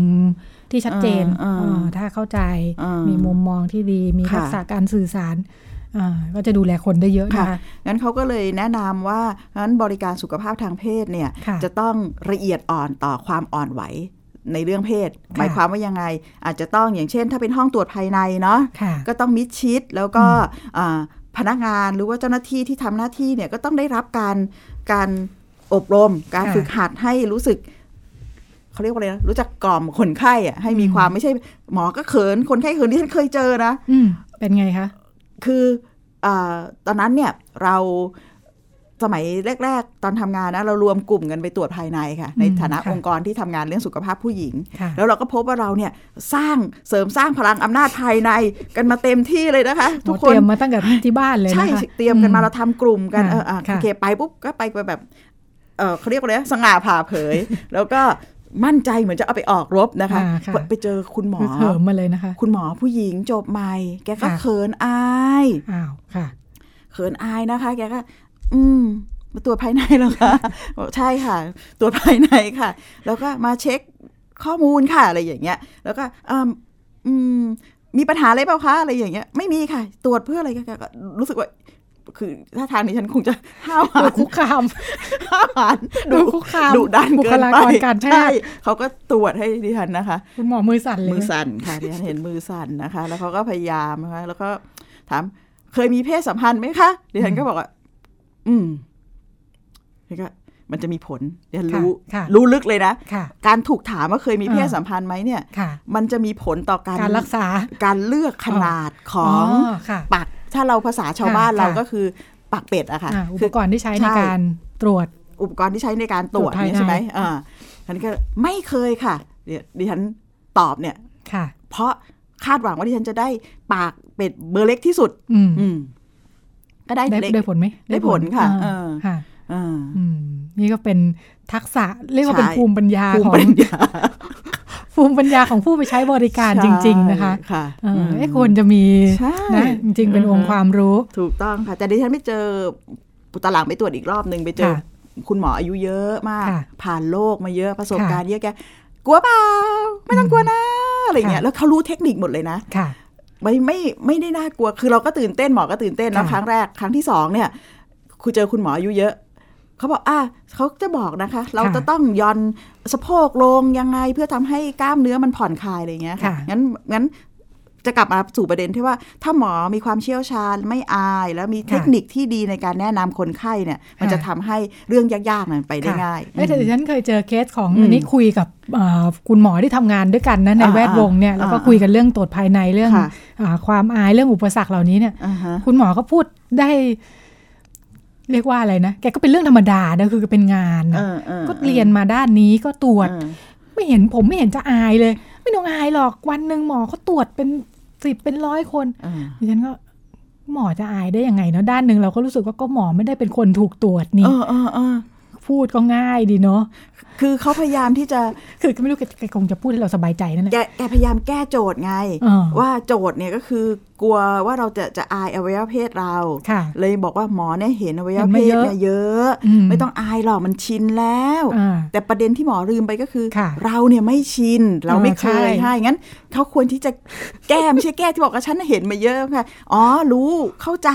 Speaker 2: ที่ชัดเจน
Speaker 3: อ่าอ่า
Speaker 2: เออถ้าเข้าใจ
Speaker 3: อ่ามี
Speaker 2: มีมุมมองที่ดีมี
Speaker 3: ค่ะ
Speaker 2: ทักษะการสื่อสารอ่าก็จะดูแลคนได้เยอะนะ
Speaker 3: ค่ะ
Speaker 2: คะ
Speaker 3: งั้นเขาก็เลยแนะนำว่างั้นบริการสุขภาพทางเพศเนี่ย
Speaker 2: ค่ะ
Speaker 3: จะต้องละเอียดอ่อนต่อความอ่อนไหวในเรื่องเพศ
Speaker 2: ค่ะ
Speaker 3: หมายความว่ายังไง อาจจะต้องอย่างเช่น ถ้าเป็นห้องตรวจภายในเนาะ
Speaker 2: ค่ะ
Speaker 3: ก็ต้องมิดชิดแล้วก็อ่าพนักงานหรือว่าเจ้าหน้าที่ที่ทำหน้าที่เนี่ยก็ต้องได้รับการการอบรม การ
Speaker 2: ค่ะ
Speaker 3: ฝึกหัดให้รู้สึกเขาเรียกว่าอะไรนะรู้จักกล่อมคนไข้อะให้มีความไม่ใช่หมอก็เขินคนไข้เขินที่ฉันเคยเจอนะ
Speaker 2: อืมเป็นไงคะ
Speaker 3: คือเออตอนนั้นเนี่ยเราสมัยแรก ๆ ตอนทำงานนะเรารวมกลุ่มกันไปตรวจภายในค่ะ
Speaker 2: อืม
Speaker 3: ในฐานะ
Speaker 2: ค่ะ
Speaker 3: องค์กรที่ทำงานเรื่องสุขภาพผู้หญิง
Speaker 2: ค่ะ
Speaker 3: แล้วเราก็พบว่าเราเนี่ยสร้างเสริมสร้างพลังอำนาจภายในกันมาเต็มที่เลยนะคะ
Speaker 2: ทุ
Speaker 3: ทุ
Speaker 2: ก
Speaker 3: ก
Speaker 2: ค
Speaker 3: ค
Speaker 2: เต
Speaker 3: นน
Speaker 2: รียมมาตั้งแต่ที่บ้านเลย
Speaker 3: ใช่
Speaker 2: นะคะ
Speaker 3: เตรียมกันมาเราทำกลุ่มกัน
Speaker 2: ค่ะ
Speaker 3: เอออ่ะ
Speaker 2: ค่ะ
Speaker 3: โอเคไปปุ๊บก็ไปแบบเออเขาเรียกว่าอะไรนะสง่าผ่าเผย แล้วก็มั่นใจเหมือนจะเอาไปออกรบนะคะ
Speaker 2: อ่าค่ะ
Speaker 3: ไปเจอคุณหมอ
Speaker 2: คือเขิมมาเลยนะคะ
Speaker 3: คุณหมอผู้หญิงจบใหม่ แกก็
Speaker 2: ค่ะ
Speaker 3: เขินอาย
Speaker 2: อ้าวค่ะ
Speaker 3: เขินอายนะคะ แกก็ อืม มาตรวจภายในเหรอคะบอกใช่ค่ะ ตรวจภายในค่ะ แล้วก็มาเช็คข้อมูลค่ะ อะไรอย่างเงี้ย แล้วก็อ่าอืม มีปัญหาอะไรเปล่าคะ อะไรอย่างเงี้ย ไม่มีค่ะ ตรวจเพื่ออะไรคะแกก็รู้สึกว่า คือถ้าทางนี้ฉันคงจะห้าวหา
Speaker 2: ดู
Speaker 3: ญ
Speaker 2: คุกคาม
Speaker 3: ห้าวหาญ
Speaker 2: ดูคุกคาม
Speaker 3: ดุดัน
Speaker 2: บุ
Speaker 3: เกิ
Speaker 2: คน ลา
Speaker 3: ไป
Speaker 2: กรการแพทย์
Speaker 3: ใช่เขาก็ตรวจให้ดิฉันนะคะ
Speaker 2: คุณหมอมือสั่นเลย
Speaker 3: มือสั่นค่ะดิฉันเห็นมือสั่นนะคะ แล้วเขาก็พยายามนะคะ แล้วก็ถามเคยมีเพศสัมพันธ์ไหมคะดิฉันก็บอกว่า อืมแล้วก็มันจะมีผลดิฉันรู้
Speaker 2: ค่ะ
Speaker 3: รู้ลึกเลยนะ
Speaker 2: ค่ะ
Speaker 3: การถูกถามว่าเคยมีเพศ
Speaker 2: อ่า
Speaker 3: สัมพันธ์ไหมเนี่ย
Speaker 2: ค่ะ
Speaker 3: มันจะมีผลต่อการ
Speaker 2: การรักษา
Speaker 3: การเลือกขนาดของ
Speaker 2: ค่ะ
Speaker 3: ปัก ถ้าเราภาษาชาวบ้าน
Speaker 2: ค่ะ
Speaker 3: เรา
Speaker 2: ค่ะ
Speaker 3: ก็คือปักเป็ดอะค่ะ
Speaker 2: อ่าอุ
Speaker 3: คื
Speaker 2: ป
Speaker 3: อ
Speaker 2: กรณ์ที่ใช้ใน
Speaker 3: ใช่
Speaker 2: การตรวจ
Speaker 3: อุปกรณ์ที่ใช้ในการตรวจ
Speaker 2: ตรวจภายใน
Speaker 3: เนี่ยใช่ไหมอ่าฉันก็ไม่เคยค่ะเดี๋ยวดิฉันตอบเนี่ย
Speaker 2: ค่ะ
Speaker 3: เพราะคาดหวังว่าดิฉันจะได้ปากเป็ดเบอร์เล็กที่สุด
Speaker 2: อืม
Speaker 3: อืม ก็ได้
Speaker 2: ได้
Speaker 3: เล็ก
Speaker 2: ได้ผลไหม
Speaker 3: ได้ผลค่ะ
Speaker 2: อ่า
Speaker 3: เออ
Speaker 2: ค่ะ
Speaker 3: อ่า
Speaker 2: อืม นี่ก็เป็นทักษะเรียกว่า
Speaker 3: ใช่
Speaker 2: เป็นภูมิปัญญา
Speaker 3: ภู
Speaker 2: ข
Speaker 3: มิ
Speaker 2: อง
Speaker 3: ปัญญา
Speaker 2: ภูมิปัญญาของผู้ไปใช้บริการจริง ๆ นะคะ
Speaker 3: ใช่ค่ะ
Speaker 2: เออเอ๊ะควรจะมี
Speaker 3: ใช่
Speaker 2: นะจริง ๆ เป็นองค์ความรู้
Speaker 3: ถูกต้องค่ะ แต่ดิฉันไปเจอตลางไปตรวจอีกรอบหนึ่งไปเจอ
Speaker 2: ค่ะ
Speaker 3: คุณหมออายุเยอะมาก
Speaker 2: ค่ะ
Speaker 3: ผ่านโลกมาเยอะประสบ
Speaker 2: ค่ะ
Speaker 3: การณ์เยอะแกกลัวเปล่าไม่ต้องกลัวนะอะไรเงี้ย
Speaker 2: ค่ะ
Speaker 3: แล้วเขารู้เทคนิคหมดเลยนะ
Speaker 2: ค่ะ
Speaker 3: ไม่ไม่ไม่ได้น่ากลัวคือเราก็ตื่นเต้นหมอก็ตื่นเต้นนะ
Speaker 2: ค่ะ
Speaker 3: ครั้งแรกครั้งที่สองเนี่ยคุณเจอคุณหมออายุเยอะเขาบอกอ่ะเขาจะบอกนะคะ เราจะต้องย่อนสะโพกลงยังไงเพื่อทำให้กล้ามเนื้อมันผ่อนคลายอะไรอย่างเงี้ยค่ะ
Speaker 2: ค่ะ
Speaker 3: งั้นงั้น จะกลับมาสู่ประเด็นที่ว่าถ้าหมอมีความเชี่ยวชาญไม่อาย แล้วมีเทคนิคที่ดีในการแนะนำคนไข้เนี่ย มันจะทำให้เรื่องยากๆนั้นไปได้
Speaker 2: ค่ะ
Speaker 3: ง่าย
Speaker 2: เอ้ยแต่ดิฉันเคยเจอเคสของ
Speaker 3: อืม
Speaker 2: อันนี้คุยกับเอ่อคุณหมอที่ทำงานด้วยกันนะใน
Speaker 3: อ่า
Speaker 2: แวดวงเนี่ย
Speaker 3: อ่า
Speaker 2: แล้วก็คุยกันเรื่องตรวจภายในเรื่อง
Speaker 3: ค่ะ
Speaker 2: อ่าความอายเรื่องอุปสรรคเหล่านี้เนี่ย
Speaker 3: อ่าฮะ
Speaker 2: คุณหมอก็พูดได้ เรียกว่าอะไรนะแกก็เป็นเรื่องธรรมดานะคือเป็นงานนะ
Speaker 3: เออออ
Speaker 2: ก็เรียนมาด้านนี้ก็ตรวจ
Speaker 3: เออ
Speaker 2: ไม่เห็นผมไม่เห็นจะอายเลย ไม่ต้องอายหรอกวันหนึ่งหมอเขาตรวจเป็นสิบเป็นร้อยคน
Speaker 3: เออ
Speaker 2: ดิฉันก็หมอจะอายได้ยังไงเนาะด้านหนึ่งเราก็รู้สึกว่าก็หมอไม่ได้เป็นคนถูกตรวจนี่
Speaker 3: เออเออเออ
Speaker 2: พูดก็ง่ายดีเนาะ
Speaker 3: คือเขาพยายามที่จะ
Speaker 2: คือก็ไม่รู้แกแกคงจะพูดให้เราสบายใจนั่นแหละ
Speaker 3: แกแกพยายามแก้โจทย์ไง
Speaker 2: เออ
Speaker 3: ว่าโจทย์เนี่ยก็คือกลัวว่าเราจะจะอายอวัยวะเพศเรา
Speaker 2: ค่ะ
Speaker 3: เลยบอกว่าหมอเนี่ยเห็นอวัยวะ
Speaker 2: เห็น
Speaker 3: เพ
Speaker 2: มา
Speaker 3: ศ
Speaker 2: เยอะ
Speaker 3: เนี่ยเยอะ ไม่ต้องอายหรอกมันชินแล้ว
Speaker 2: อ่า
Speaker 3: แต่ประเด็นที่หมอลืมไปก็คือ
Speaker 2: ค่ะ
Speaker 3: เราเนี่ยไม่ชินเราไม่เคย
Speaker 2: อ่าใช่
Speaker 3: ให้งั้นเขาควรที่จะแก้ ไม่ใช่แก้ที่บอกว่าฉันเห็นมาเยอะค่ะอ๋อรู้เข้าใจ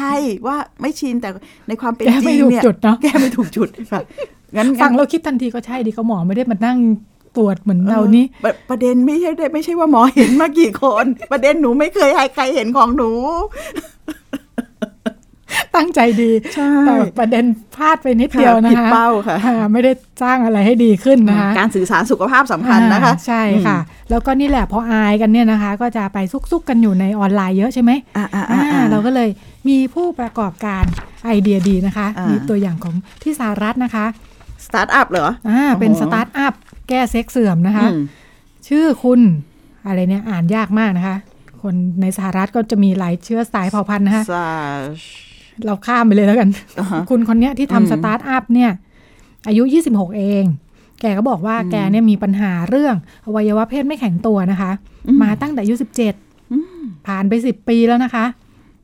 Speaker 3: ว่าไม่ชินแต่ในความเป็น
Speaker 2: แก้
Speaker 3: จ
Speaker 2: ไม่
Speaker 3: ริง
Speaker 2: ถูก
Speaker 3: เนี่ย
Speaker 2: จุดเนอะ
Speaker 3: แก้ไม่ถูกจุดค่ะงั้น
Speaker 2: ฟั
Speaker 3: งั้
Speaker 2: ง
Speaker 3: น
Speaker 2: เราคิดทันทีก็ใช่ดีก็หมอไม่ได้มานั่งตรวจเหมือนเรานี่
Speaker 3: ประประเด็นไม่ใช่ได้ไม่ใช่ว่าหมอเห็นมากี่คน (laughs) ประเด็นหนูไม่เคยให้ใครเห็นของหนู
Speaker 2: ตั้งใจดี
Speaker 3: ใช่
Speaker 2: แต่ประเด็นพลาดไปนิดเดียว
Speaker 3: ค่ะ
Speaker 2: นะ
Speaker 3: ผิด
Speaker 2: คะ
Speaker 3: เป้าค่ะ
Speaker 2: อ่าไม่ได้สร้างอะไรให้ดีขึ้นนะคะ
Speaker 3: การสื่อสารสุขภาพสำคัญนะคะ
Speaker 2: อ่าใช่ค่ะ แล้วก็นี่แหละพออายกันเนี่ยนะคะ ก็จะไปซุกๆกันอยู่ในออนไลน์เยอะใช่ไหม
Speaker 3: อ่าอ่าอ่า
Speaker 2: อ่าเราก็เลยมีผู้ประกอบการไอเดียดีนะคะ
Speaker 3: อ่ามี
Speaker 2: มีตัวอย่างของที่สหรัฐนะคะ
Speaker 3: สตาร์ทอัพเหรอ
Speaker 2: อ่าเป็น
Speaker 3: โอ้
Speaker 2: ส
Speaker 3: โห
Speaker 2: ตาร์ทอัพแก้เซ็กเสื่อมนะคะ
Speaker 3: อืม
Speaker 2: ชื่อคุณอะไรเนี่ยอ่านยากมากนะคะ คนในสหรัฐก็จะมีหลายเชื้อสายเผ่าพันธุ์นะคะ
Speaker 3: Slash
Speaker 2: เราข้ามไปเลยแล้วกัน
Speaker 3: อ่าฮะ
Speaker 2: คุณคนเนี้ยที่
Speaker 3: อืม
Speaker 2: ทำสตาร์ทอัพเนี่ย อายุ 26 เอง แกก็บอกว่าแกเนี่ยมีปัญหาเรื่องอวัยวะเพศไม่แข็งตัวนะคะ มาตั้งแต่อายุ
Speaker 3: อืม
Speaker 2: 17 ผ่านไป 10 ปีแล้วนะคะ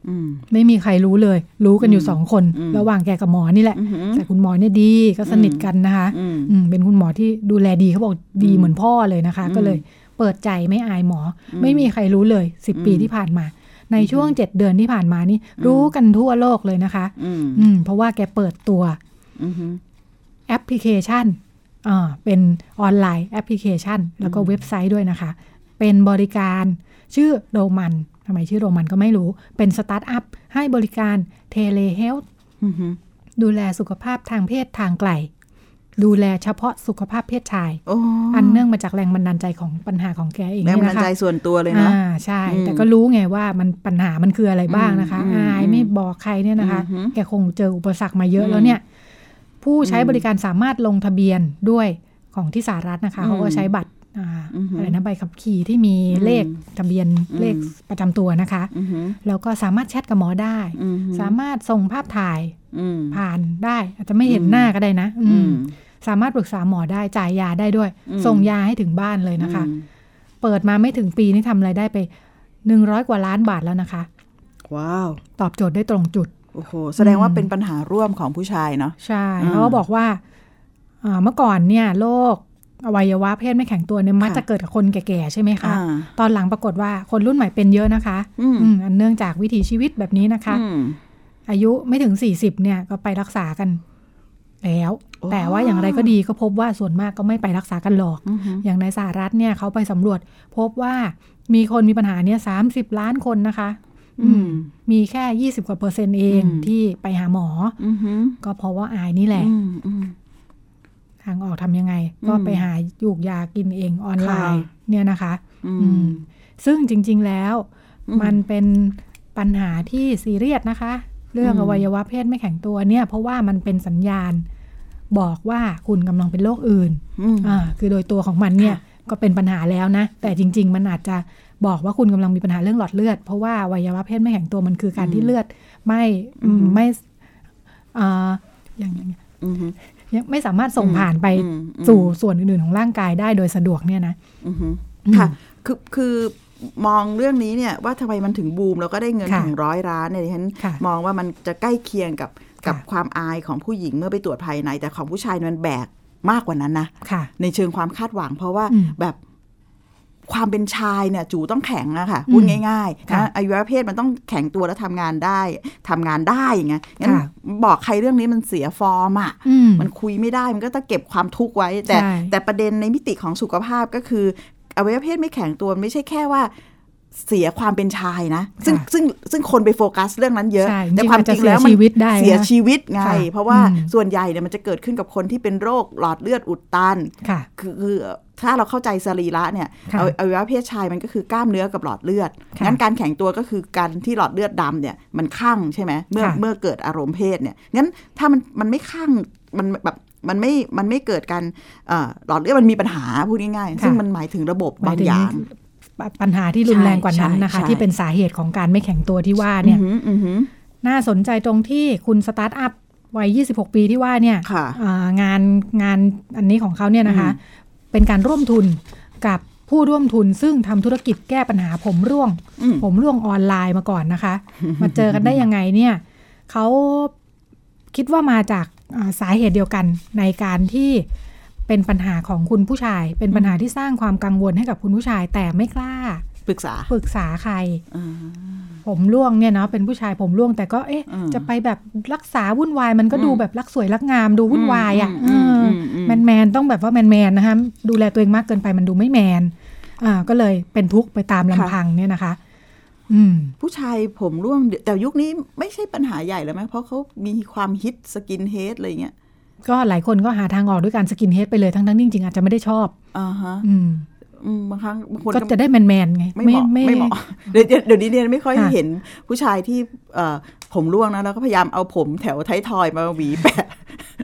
Speaker 3: อืม
Speaker 2: ไม่มีใครรู้เลย รู้กันอยู่
Speaker 3: อืม
Speaker 2: 2 คน
Speaker 3: อืม
Speaker 2: ระหว่างแกกับหมอนี่แหละ
Speaker 3: อือหือ
Speaker 2: แต่คุณหมอเนี่ยดีก็สนิทกันนะคะ
Speaker 3: อืม
Speaker 2: อืมเป็นคุณหมอที่ดูแลดีเขาบอกดี
Speaker 3: อืม
Speaker 2: เหมือนพ่อเลยนะคะ
Speaker 3: อืม
Speaker 2: ก็เลยเปิดใจไม่อายหมออ
Speaker 3: ม
Speaker 2: ไม่มีใครรู้เลยสิบ
Speaker 3: อืม
Speaker 2: ปีที่ผ่านมา ในช่วงเจ็ดเดือนที่ผ่านมานี่รู้กันทั่วโลกเลยนะคะ
Speaker 3: อืม
Speaker 2: อืมเพราะว่าแกเปิดตัว
Speaker 3: อือหือ
Speaker 2: แอปพลิเคชันอ่าเป็นออนไลน์แอปพลิเคชัน แล้วก็
Speaker 3: อืม
Speaker 2: เว็บไซต์ด้วยนะคะ เป็นบริการชื่อโรมันทำไมชื่อโรมันก็ไม่รู้ เป็นสตาร์ทอัพให้บริการเทเลเฮลท์
Speaker 3: อือหือ
Speaker 2: ดูแลสุขภาพทางเพศทางไกล ดูแลเฉพาะสุขภาพเพศชาย
Speaker 3: โอ้
Speaker 2: อันเนื่องมาจากแรงบันดาลใจของปัญหาของแกเอง
Speaker 3: แรง
Speaker 2: เย
Speaker 3: บันดา
Speaker 2: นะ
Speaker 3: ล
Speaker 2: คะ
Speaker 3: ใจส่วนตัวเลยนะ
Speaker 2: อ่าใช่
Speaker 3: อืม
Speaker 2: แต่ก็รู้ไงว่ามันปัญหามันคืออะไรบ้างนะคะ
Speaker 3: อืมอืม
Speaker 2: อายไม่บอกใครเนี่ยนะคะ
Speaker 3: อือหือ
Speaker 2: แกคงเจออุปสรรคมาเยอะแล้วเนี่ย ผู้ใช้
Speaker 3: อืม
Speaker 2: บริการสามารถลงทะเบียนด้วยของที่สหรัฐนะคะ
Speaker 3: อืม
Speaker 2: เขาก็ใช้บัตรอ่า
Speaker 3: อือหืออ
Speaker 2: อะไรนะใบขับขี่ที่มี
Speaker 3: อืม
Speaker 2: เลขทะเบียน
Speaker 3: อืม
Speaker 2: เลขประจำตัวนะคะ
Speaker 3: อือหือ
Speaker 2: แล้วก็สามารถแชทกับหมอได้
Speaker 3: อือหือ
Speaker 2: สามารถส่งภาพถ่าย
Speaker 3: อืม
Speaker 2: ผ่านได้ อาจจะไม่เห็นหน้าก็ได้นะ อืม
Speaker 3: อืม
Speaker 2: สามารถปรึกษาหมอได้จ่ายยาได้ด้วย
Speaker 3: อืม
Speaker 2: ส่งยาให้ถึงบ้านเลยนะคะ
Speaker 3: อืม
Speaker 2: เปิดมาไม่ถึงปีนี่ทำไรายได้ไป 100 กว่าล้านบาทแล้วนะคะ
Speaker 3: ว้าว
Speaker 2: ตอบโจทย์ได้ตรงจุด
Speaker 3: โอ้โห แสดงว่าเป็นปัญหาร่วมของผู้ชายเนาะ
Speaker 2: ใช่
Speaker 3: อ่า
Speaker 2: เขาก็บอกว่าอ่าเมื่อก่อนเนี่ยโรคอวัยวะเพศไม่แข็งตัวเนี่ยมัก
Speaker 3: ค่ะ
Speaker 2: จะเกิดกับคนแก่ๆใช่ไหมคะ
Speaker 3: อ่า
Speaker 2: ตอนหลังปรากฏว่าคนรุ่นใหม่เป็นเยอะนะคะ
Speaker 3: อืม
Speaker 2: อืมอันเนื่องจากวิถีชีวิตแบบนี้นะคะ
Speaker 3: อืม
Speaker 2: อายุไม่ถึง 40เนี่ยก็ไปรักษากันแล้ว
Speaker 3: โอ้
Speaker 2: แต่ว่าอย่างไรก็ดีก็พบว่าส่วนมากก็ไม่ไปรักษากันหรอก
Speaker 3: อือหือ
Speaker 2: อย่างในสหรัฐเนี่ยเขาไปสำรวจ พบว่ามีคนมีปัญหาเนี่ยสาล้านคนนะคะ
Speaker 3: อืม
Speaker 2: มีแค่ 20 กว่าเปอร์เซ็นต์เอง
Speaker 3: อืม
Speaker 2: ที่ไปหาหมอ
Speaker 3: อือหือ
Speaker 2: ก็เพราะว่าอายนี่แหละ
Speaker 3: อืมอืม
Speaker 2: ทางออกทำยังไง ก็
Speaker 3: อืม
Speaker 2: ไปหายูกยากินเองออนไลน์
Speaker 3: ค่ะ
Speaker 2: เนี่ยนะคะ
Speaker 3: อื
Speaker 2: อื
Speaker 3: ม
Speaker 2: มซึ่งจริงๆแล้ว
Speaker 3: อืม
Speaker 2: มันเป็นปัญหาที่ซีเรียสนะคะ เรื่อง
Speaker 3: อืม
Speaker 2: อวัยวะเพศไม่แข็งตัวเนี่ย เพราะว่ามันเป็นสัญญาณ บอกว่าคุณกำลังเป็นโรคอื่น
Speaker 3: อืม
Speaker 2: อ่าคือโดยตัวของมันเนี่ยก็เป็นปัญหาแล้วนะ แต่จริง ๆ มันอาจจะบอกว่าคุณกำลังมีปัญหาเรื่องหลอดเลือด เพราะว่าอวัยวะเพศไม่แข็งตัวมันคือการ
Speaker 3: อืม
Speaker 2: ที่เลือดไม่
Speaker 3: อือหือ
Speaker 2: ไม่อ่าอย่างอย่าง
Speaker 3: อือหือ
Speaker 2: ยังไม่สามารถส่ง
Speaker 3: อืม
Speaker 2: ผ่านไป
Speaker 3: อืมอืม
Speaker 2: สู่ส่วนอื่นๆของร่างกายได้โดยสะดวกเนี่ยนะ
Speaker 3: อือฮึ
Speaker 2: อืม
Speaker 3: ค่ะ คือ คือมองเรื่องนี้เนี่ยว่าทำไมมันถึงบูมแล้วก็ได้เงิน
Speaker 2: ค่ะ
Speaker 3: ถึงร้อยล้านเนี่ยดิฉัน
Speaker 2: ค่ะ
Speaker 3: มองว่ามันจะใกล้เคียงกับ กับ
Speaker 2: ค่ะ
Speaker 3: ความอายของผู้หญิงเมื่อไปตรวจภายใน แต่ของผู้ชายมันแบกมากกว่านั้นนะ
Speaker 2: ค่ะ
Speaker 3: ในเชิงความคาดหวัง เพราะว่า
Speaker 2: อืม
Speaker 3: แบบความเป็นชายเนี่ยจู่ต้องแข็งอะค่ะ
Speaker 2: อืม
Speaker 3: พูดง่ายๆ
Speaker 2: ค่ะ
Speaker 3: นะอายุเพศมันต้องแข็งตัวแล้วทำงานได้ทำงานได้ไงงั้น
Speaker 2: ค่ะ
Speaker 3: บอกใครเรื่องนี้มันเสียฟอร์มอะ
Speaker 2: อืม
Speaker 3: มันคุยไม่ได้มันก็ต้องเก็บความทุกข์ไว้ แต่
Speaker 2: ใช่
Speaker 3: แต่ประเด็นในมิติของสุขภาพก็คืออวัยวะเพศไม่แข็งตัวไม่ใช่แค่ว่า เสียความเป็นชายนะ ซึ่ง
Speaker 2: ค่ะ
Speaker 3: ซึ่งซึ่งคนไปโฟกัสเรื่องนั้นเยอะ
Speaker 2: ใช่
Speaker 3: แต่ความจริงแล้ว
Speaker 2: จริงๆอาจจะเสีย
Speaker 3: มั
Speaker 2: ชี
Speaker 3: น
Speaker 2: วิตได้นะ
Speaker 3: เสียชีวิตไง
Speaker 2: ค่ะ
Speaker 3: เพราะว่า
Speaker 2: อืม
Speaker 3: ส่วนใหญ่เนี่ยมันจะเกิดขึ้นกับคนที่เป็นโรคหลอดเลือดอุดตัน
Speaker 2: ค่ะ
Speaker 3: คือคือถ้าเราเข้าใจสรีระเนี่ย
Speaker 2: ค่ะ
Speaker 3: เอาอวัยวะเพศชายมันก็คือกล้ามเนื้อกับหลอดเลือด
Speaker 2: ค่ะ
Speaker 3: งั้นการแข็งตัวก็คือการที่หลอดเลือดดำเนี่ยมันข้างใช่ไหมเมื่อ
Speaker 2: ค่ะ
Speaker 3: เมื่อเกิดอารมณ์เพศเนี่ย งั้นถ้ามันมันไม่ข้างมันแบบมันไม่ มันไม่เกิดการเอ่อหลอดเลือดมันมีปัญหาพูดง่ายๆ
Speaker 2: ค่ะ
Speaker 3: ซึ่งมันหมายถึงระบบบางอย่าง
Speaker 2: ปะปัญหาที่รุนแรงกว่านั้นนะคะ
Speaker 3: ใช่ใช่
Speaker 2: ที่เป็นสาเหตุของการไม่แข็งตัวที่ว่าเนี่ย
Speaker 3: อือหืออือหือ
Speaker 2: น่าสนใจตรงที่คุณสตาร์ทอัพวัย 26 ปีที่ว่าเนี่ย
Speaker 3: ค่ะ
Speaker 2: อ่างานงานอันนี้ของเขาเนี่ยนะคะ
Speaker 3: อื
Speaker 2: เป็นการร่วมทุนกับผู้ร่วมทุน ซึ่งทำธุรกิจแก้ปัญหาผมร่วง
Speaker 3: อืม
Speaker 2: ผมร่วงออนไลน์มาก่อนนะคะ
Speaker 3: (laughs)
Speaker 2: มาเจอกันได้ยังไงเนี่ยเขาคิดว่ามาจากอ่าสาเหตุเดียวกันในการที่เป็นปัญหาของคุณผู้ชาย เป็นปัญหาที่สร้างความกังวลให้กับคุณผู้ชาย แต่ไม่กล้า
Speaker 3: ปรึกษา
Speaker 2: ปรึกษาใคร
Speaker 3: อืม
Speaker 2: ผมร่วงเนี่ยเนาะเป็นผู้ชายผมร่วง แต่ก็เอ๊ะ
Speaker 3: อืม
Speaker 2: จะไปแบบรักษาวุ่นวายมันก็
Speaker 3: อืม
Speaker 2: ดูแบบรักสวยรักงามดูวุ่นวายอ่ะ
Speaker 3: อืม
Speaker 2: เออ
Speaker 3: อืมมอืม
Speaker 2: แมนแมนๆต้องแบบว่าแมนแมนๆนะคะดูแลตัวเองมากเกินไปมันดูไม่แมนอ่าก็เลยเป็นทุกข์ไปตามลำพังเนี่ยนะคะ อืม
Speaker 3: ผู้ชายผมร่วงเดี๋ยวแต่ยุคนี้ไม่ใช่ปัญหาใหญ่แล้วไหมเพราะเขามีความฮิตสกินเฮดอะไรอย่างเงี้ย
Speaker 2: ก็หลายคนก็หาทางออกด้วยการสกินเฮดไปเลยทั้งทั้งๆที่จริงๆอาจจะไม่ได้ชอบ
Speaker 3: อ่าฮะ
Speaker 2: อืม
Speaker 3: อืมบางครั้งบางคน
Speaker 2: ก็
Speaker 3: ก็
Speaker 2: จะได้แมนแมนๆไง
Speaker 3: ไม่เหมาะไม่เหมาะเดี๋ยวเดี๋ยวนี้เนี่ยไม่ค่อย
Speaker 2: ค่ะ
Speaker 3: เห็นผู้ชายที่เอ่อผมร่วงนะแล้วก็พยายามเอาผมแถวท้ายทอยมาหวี
Speaker 2: (laughs)
Speaker 3: แปะ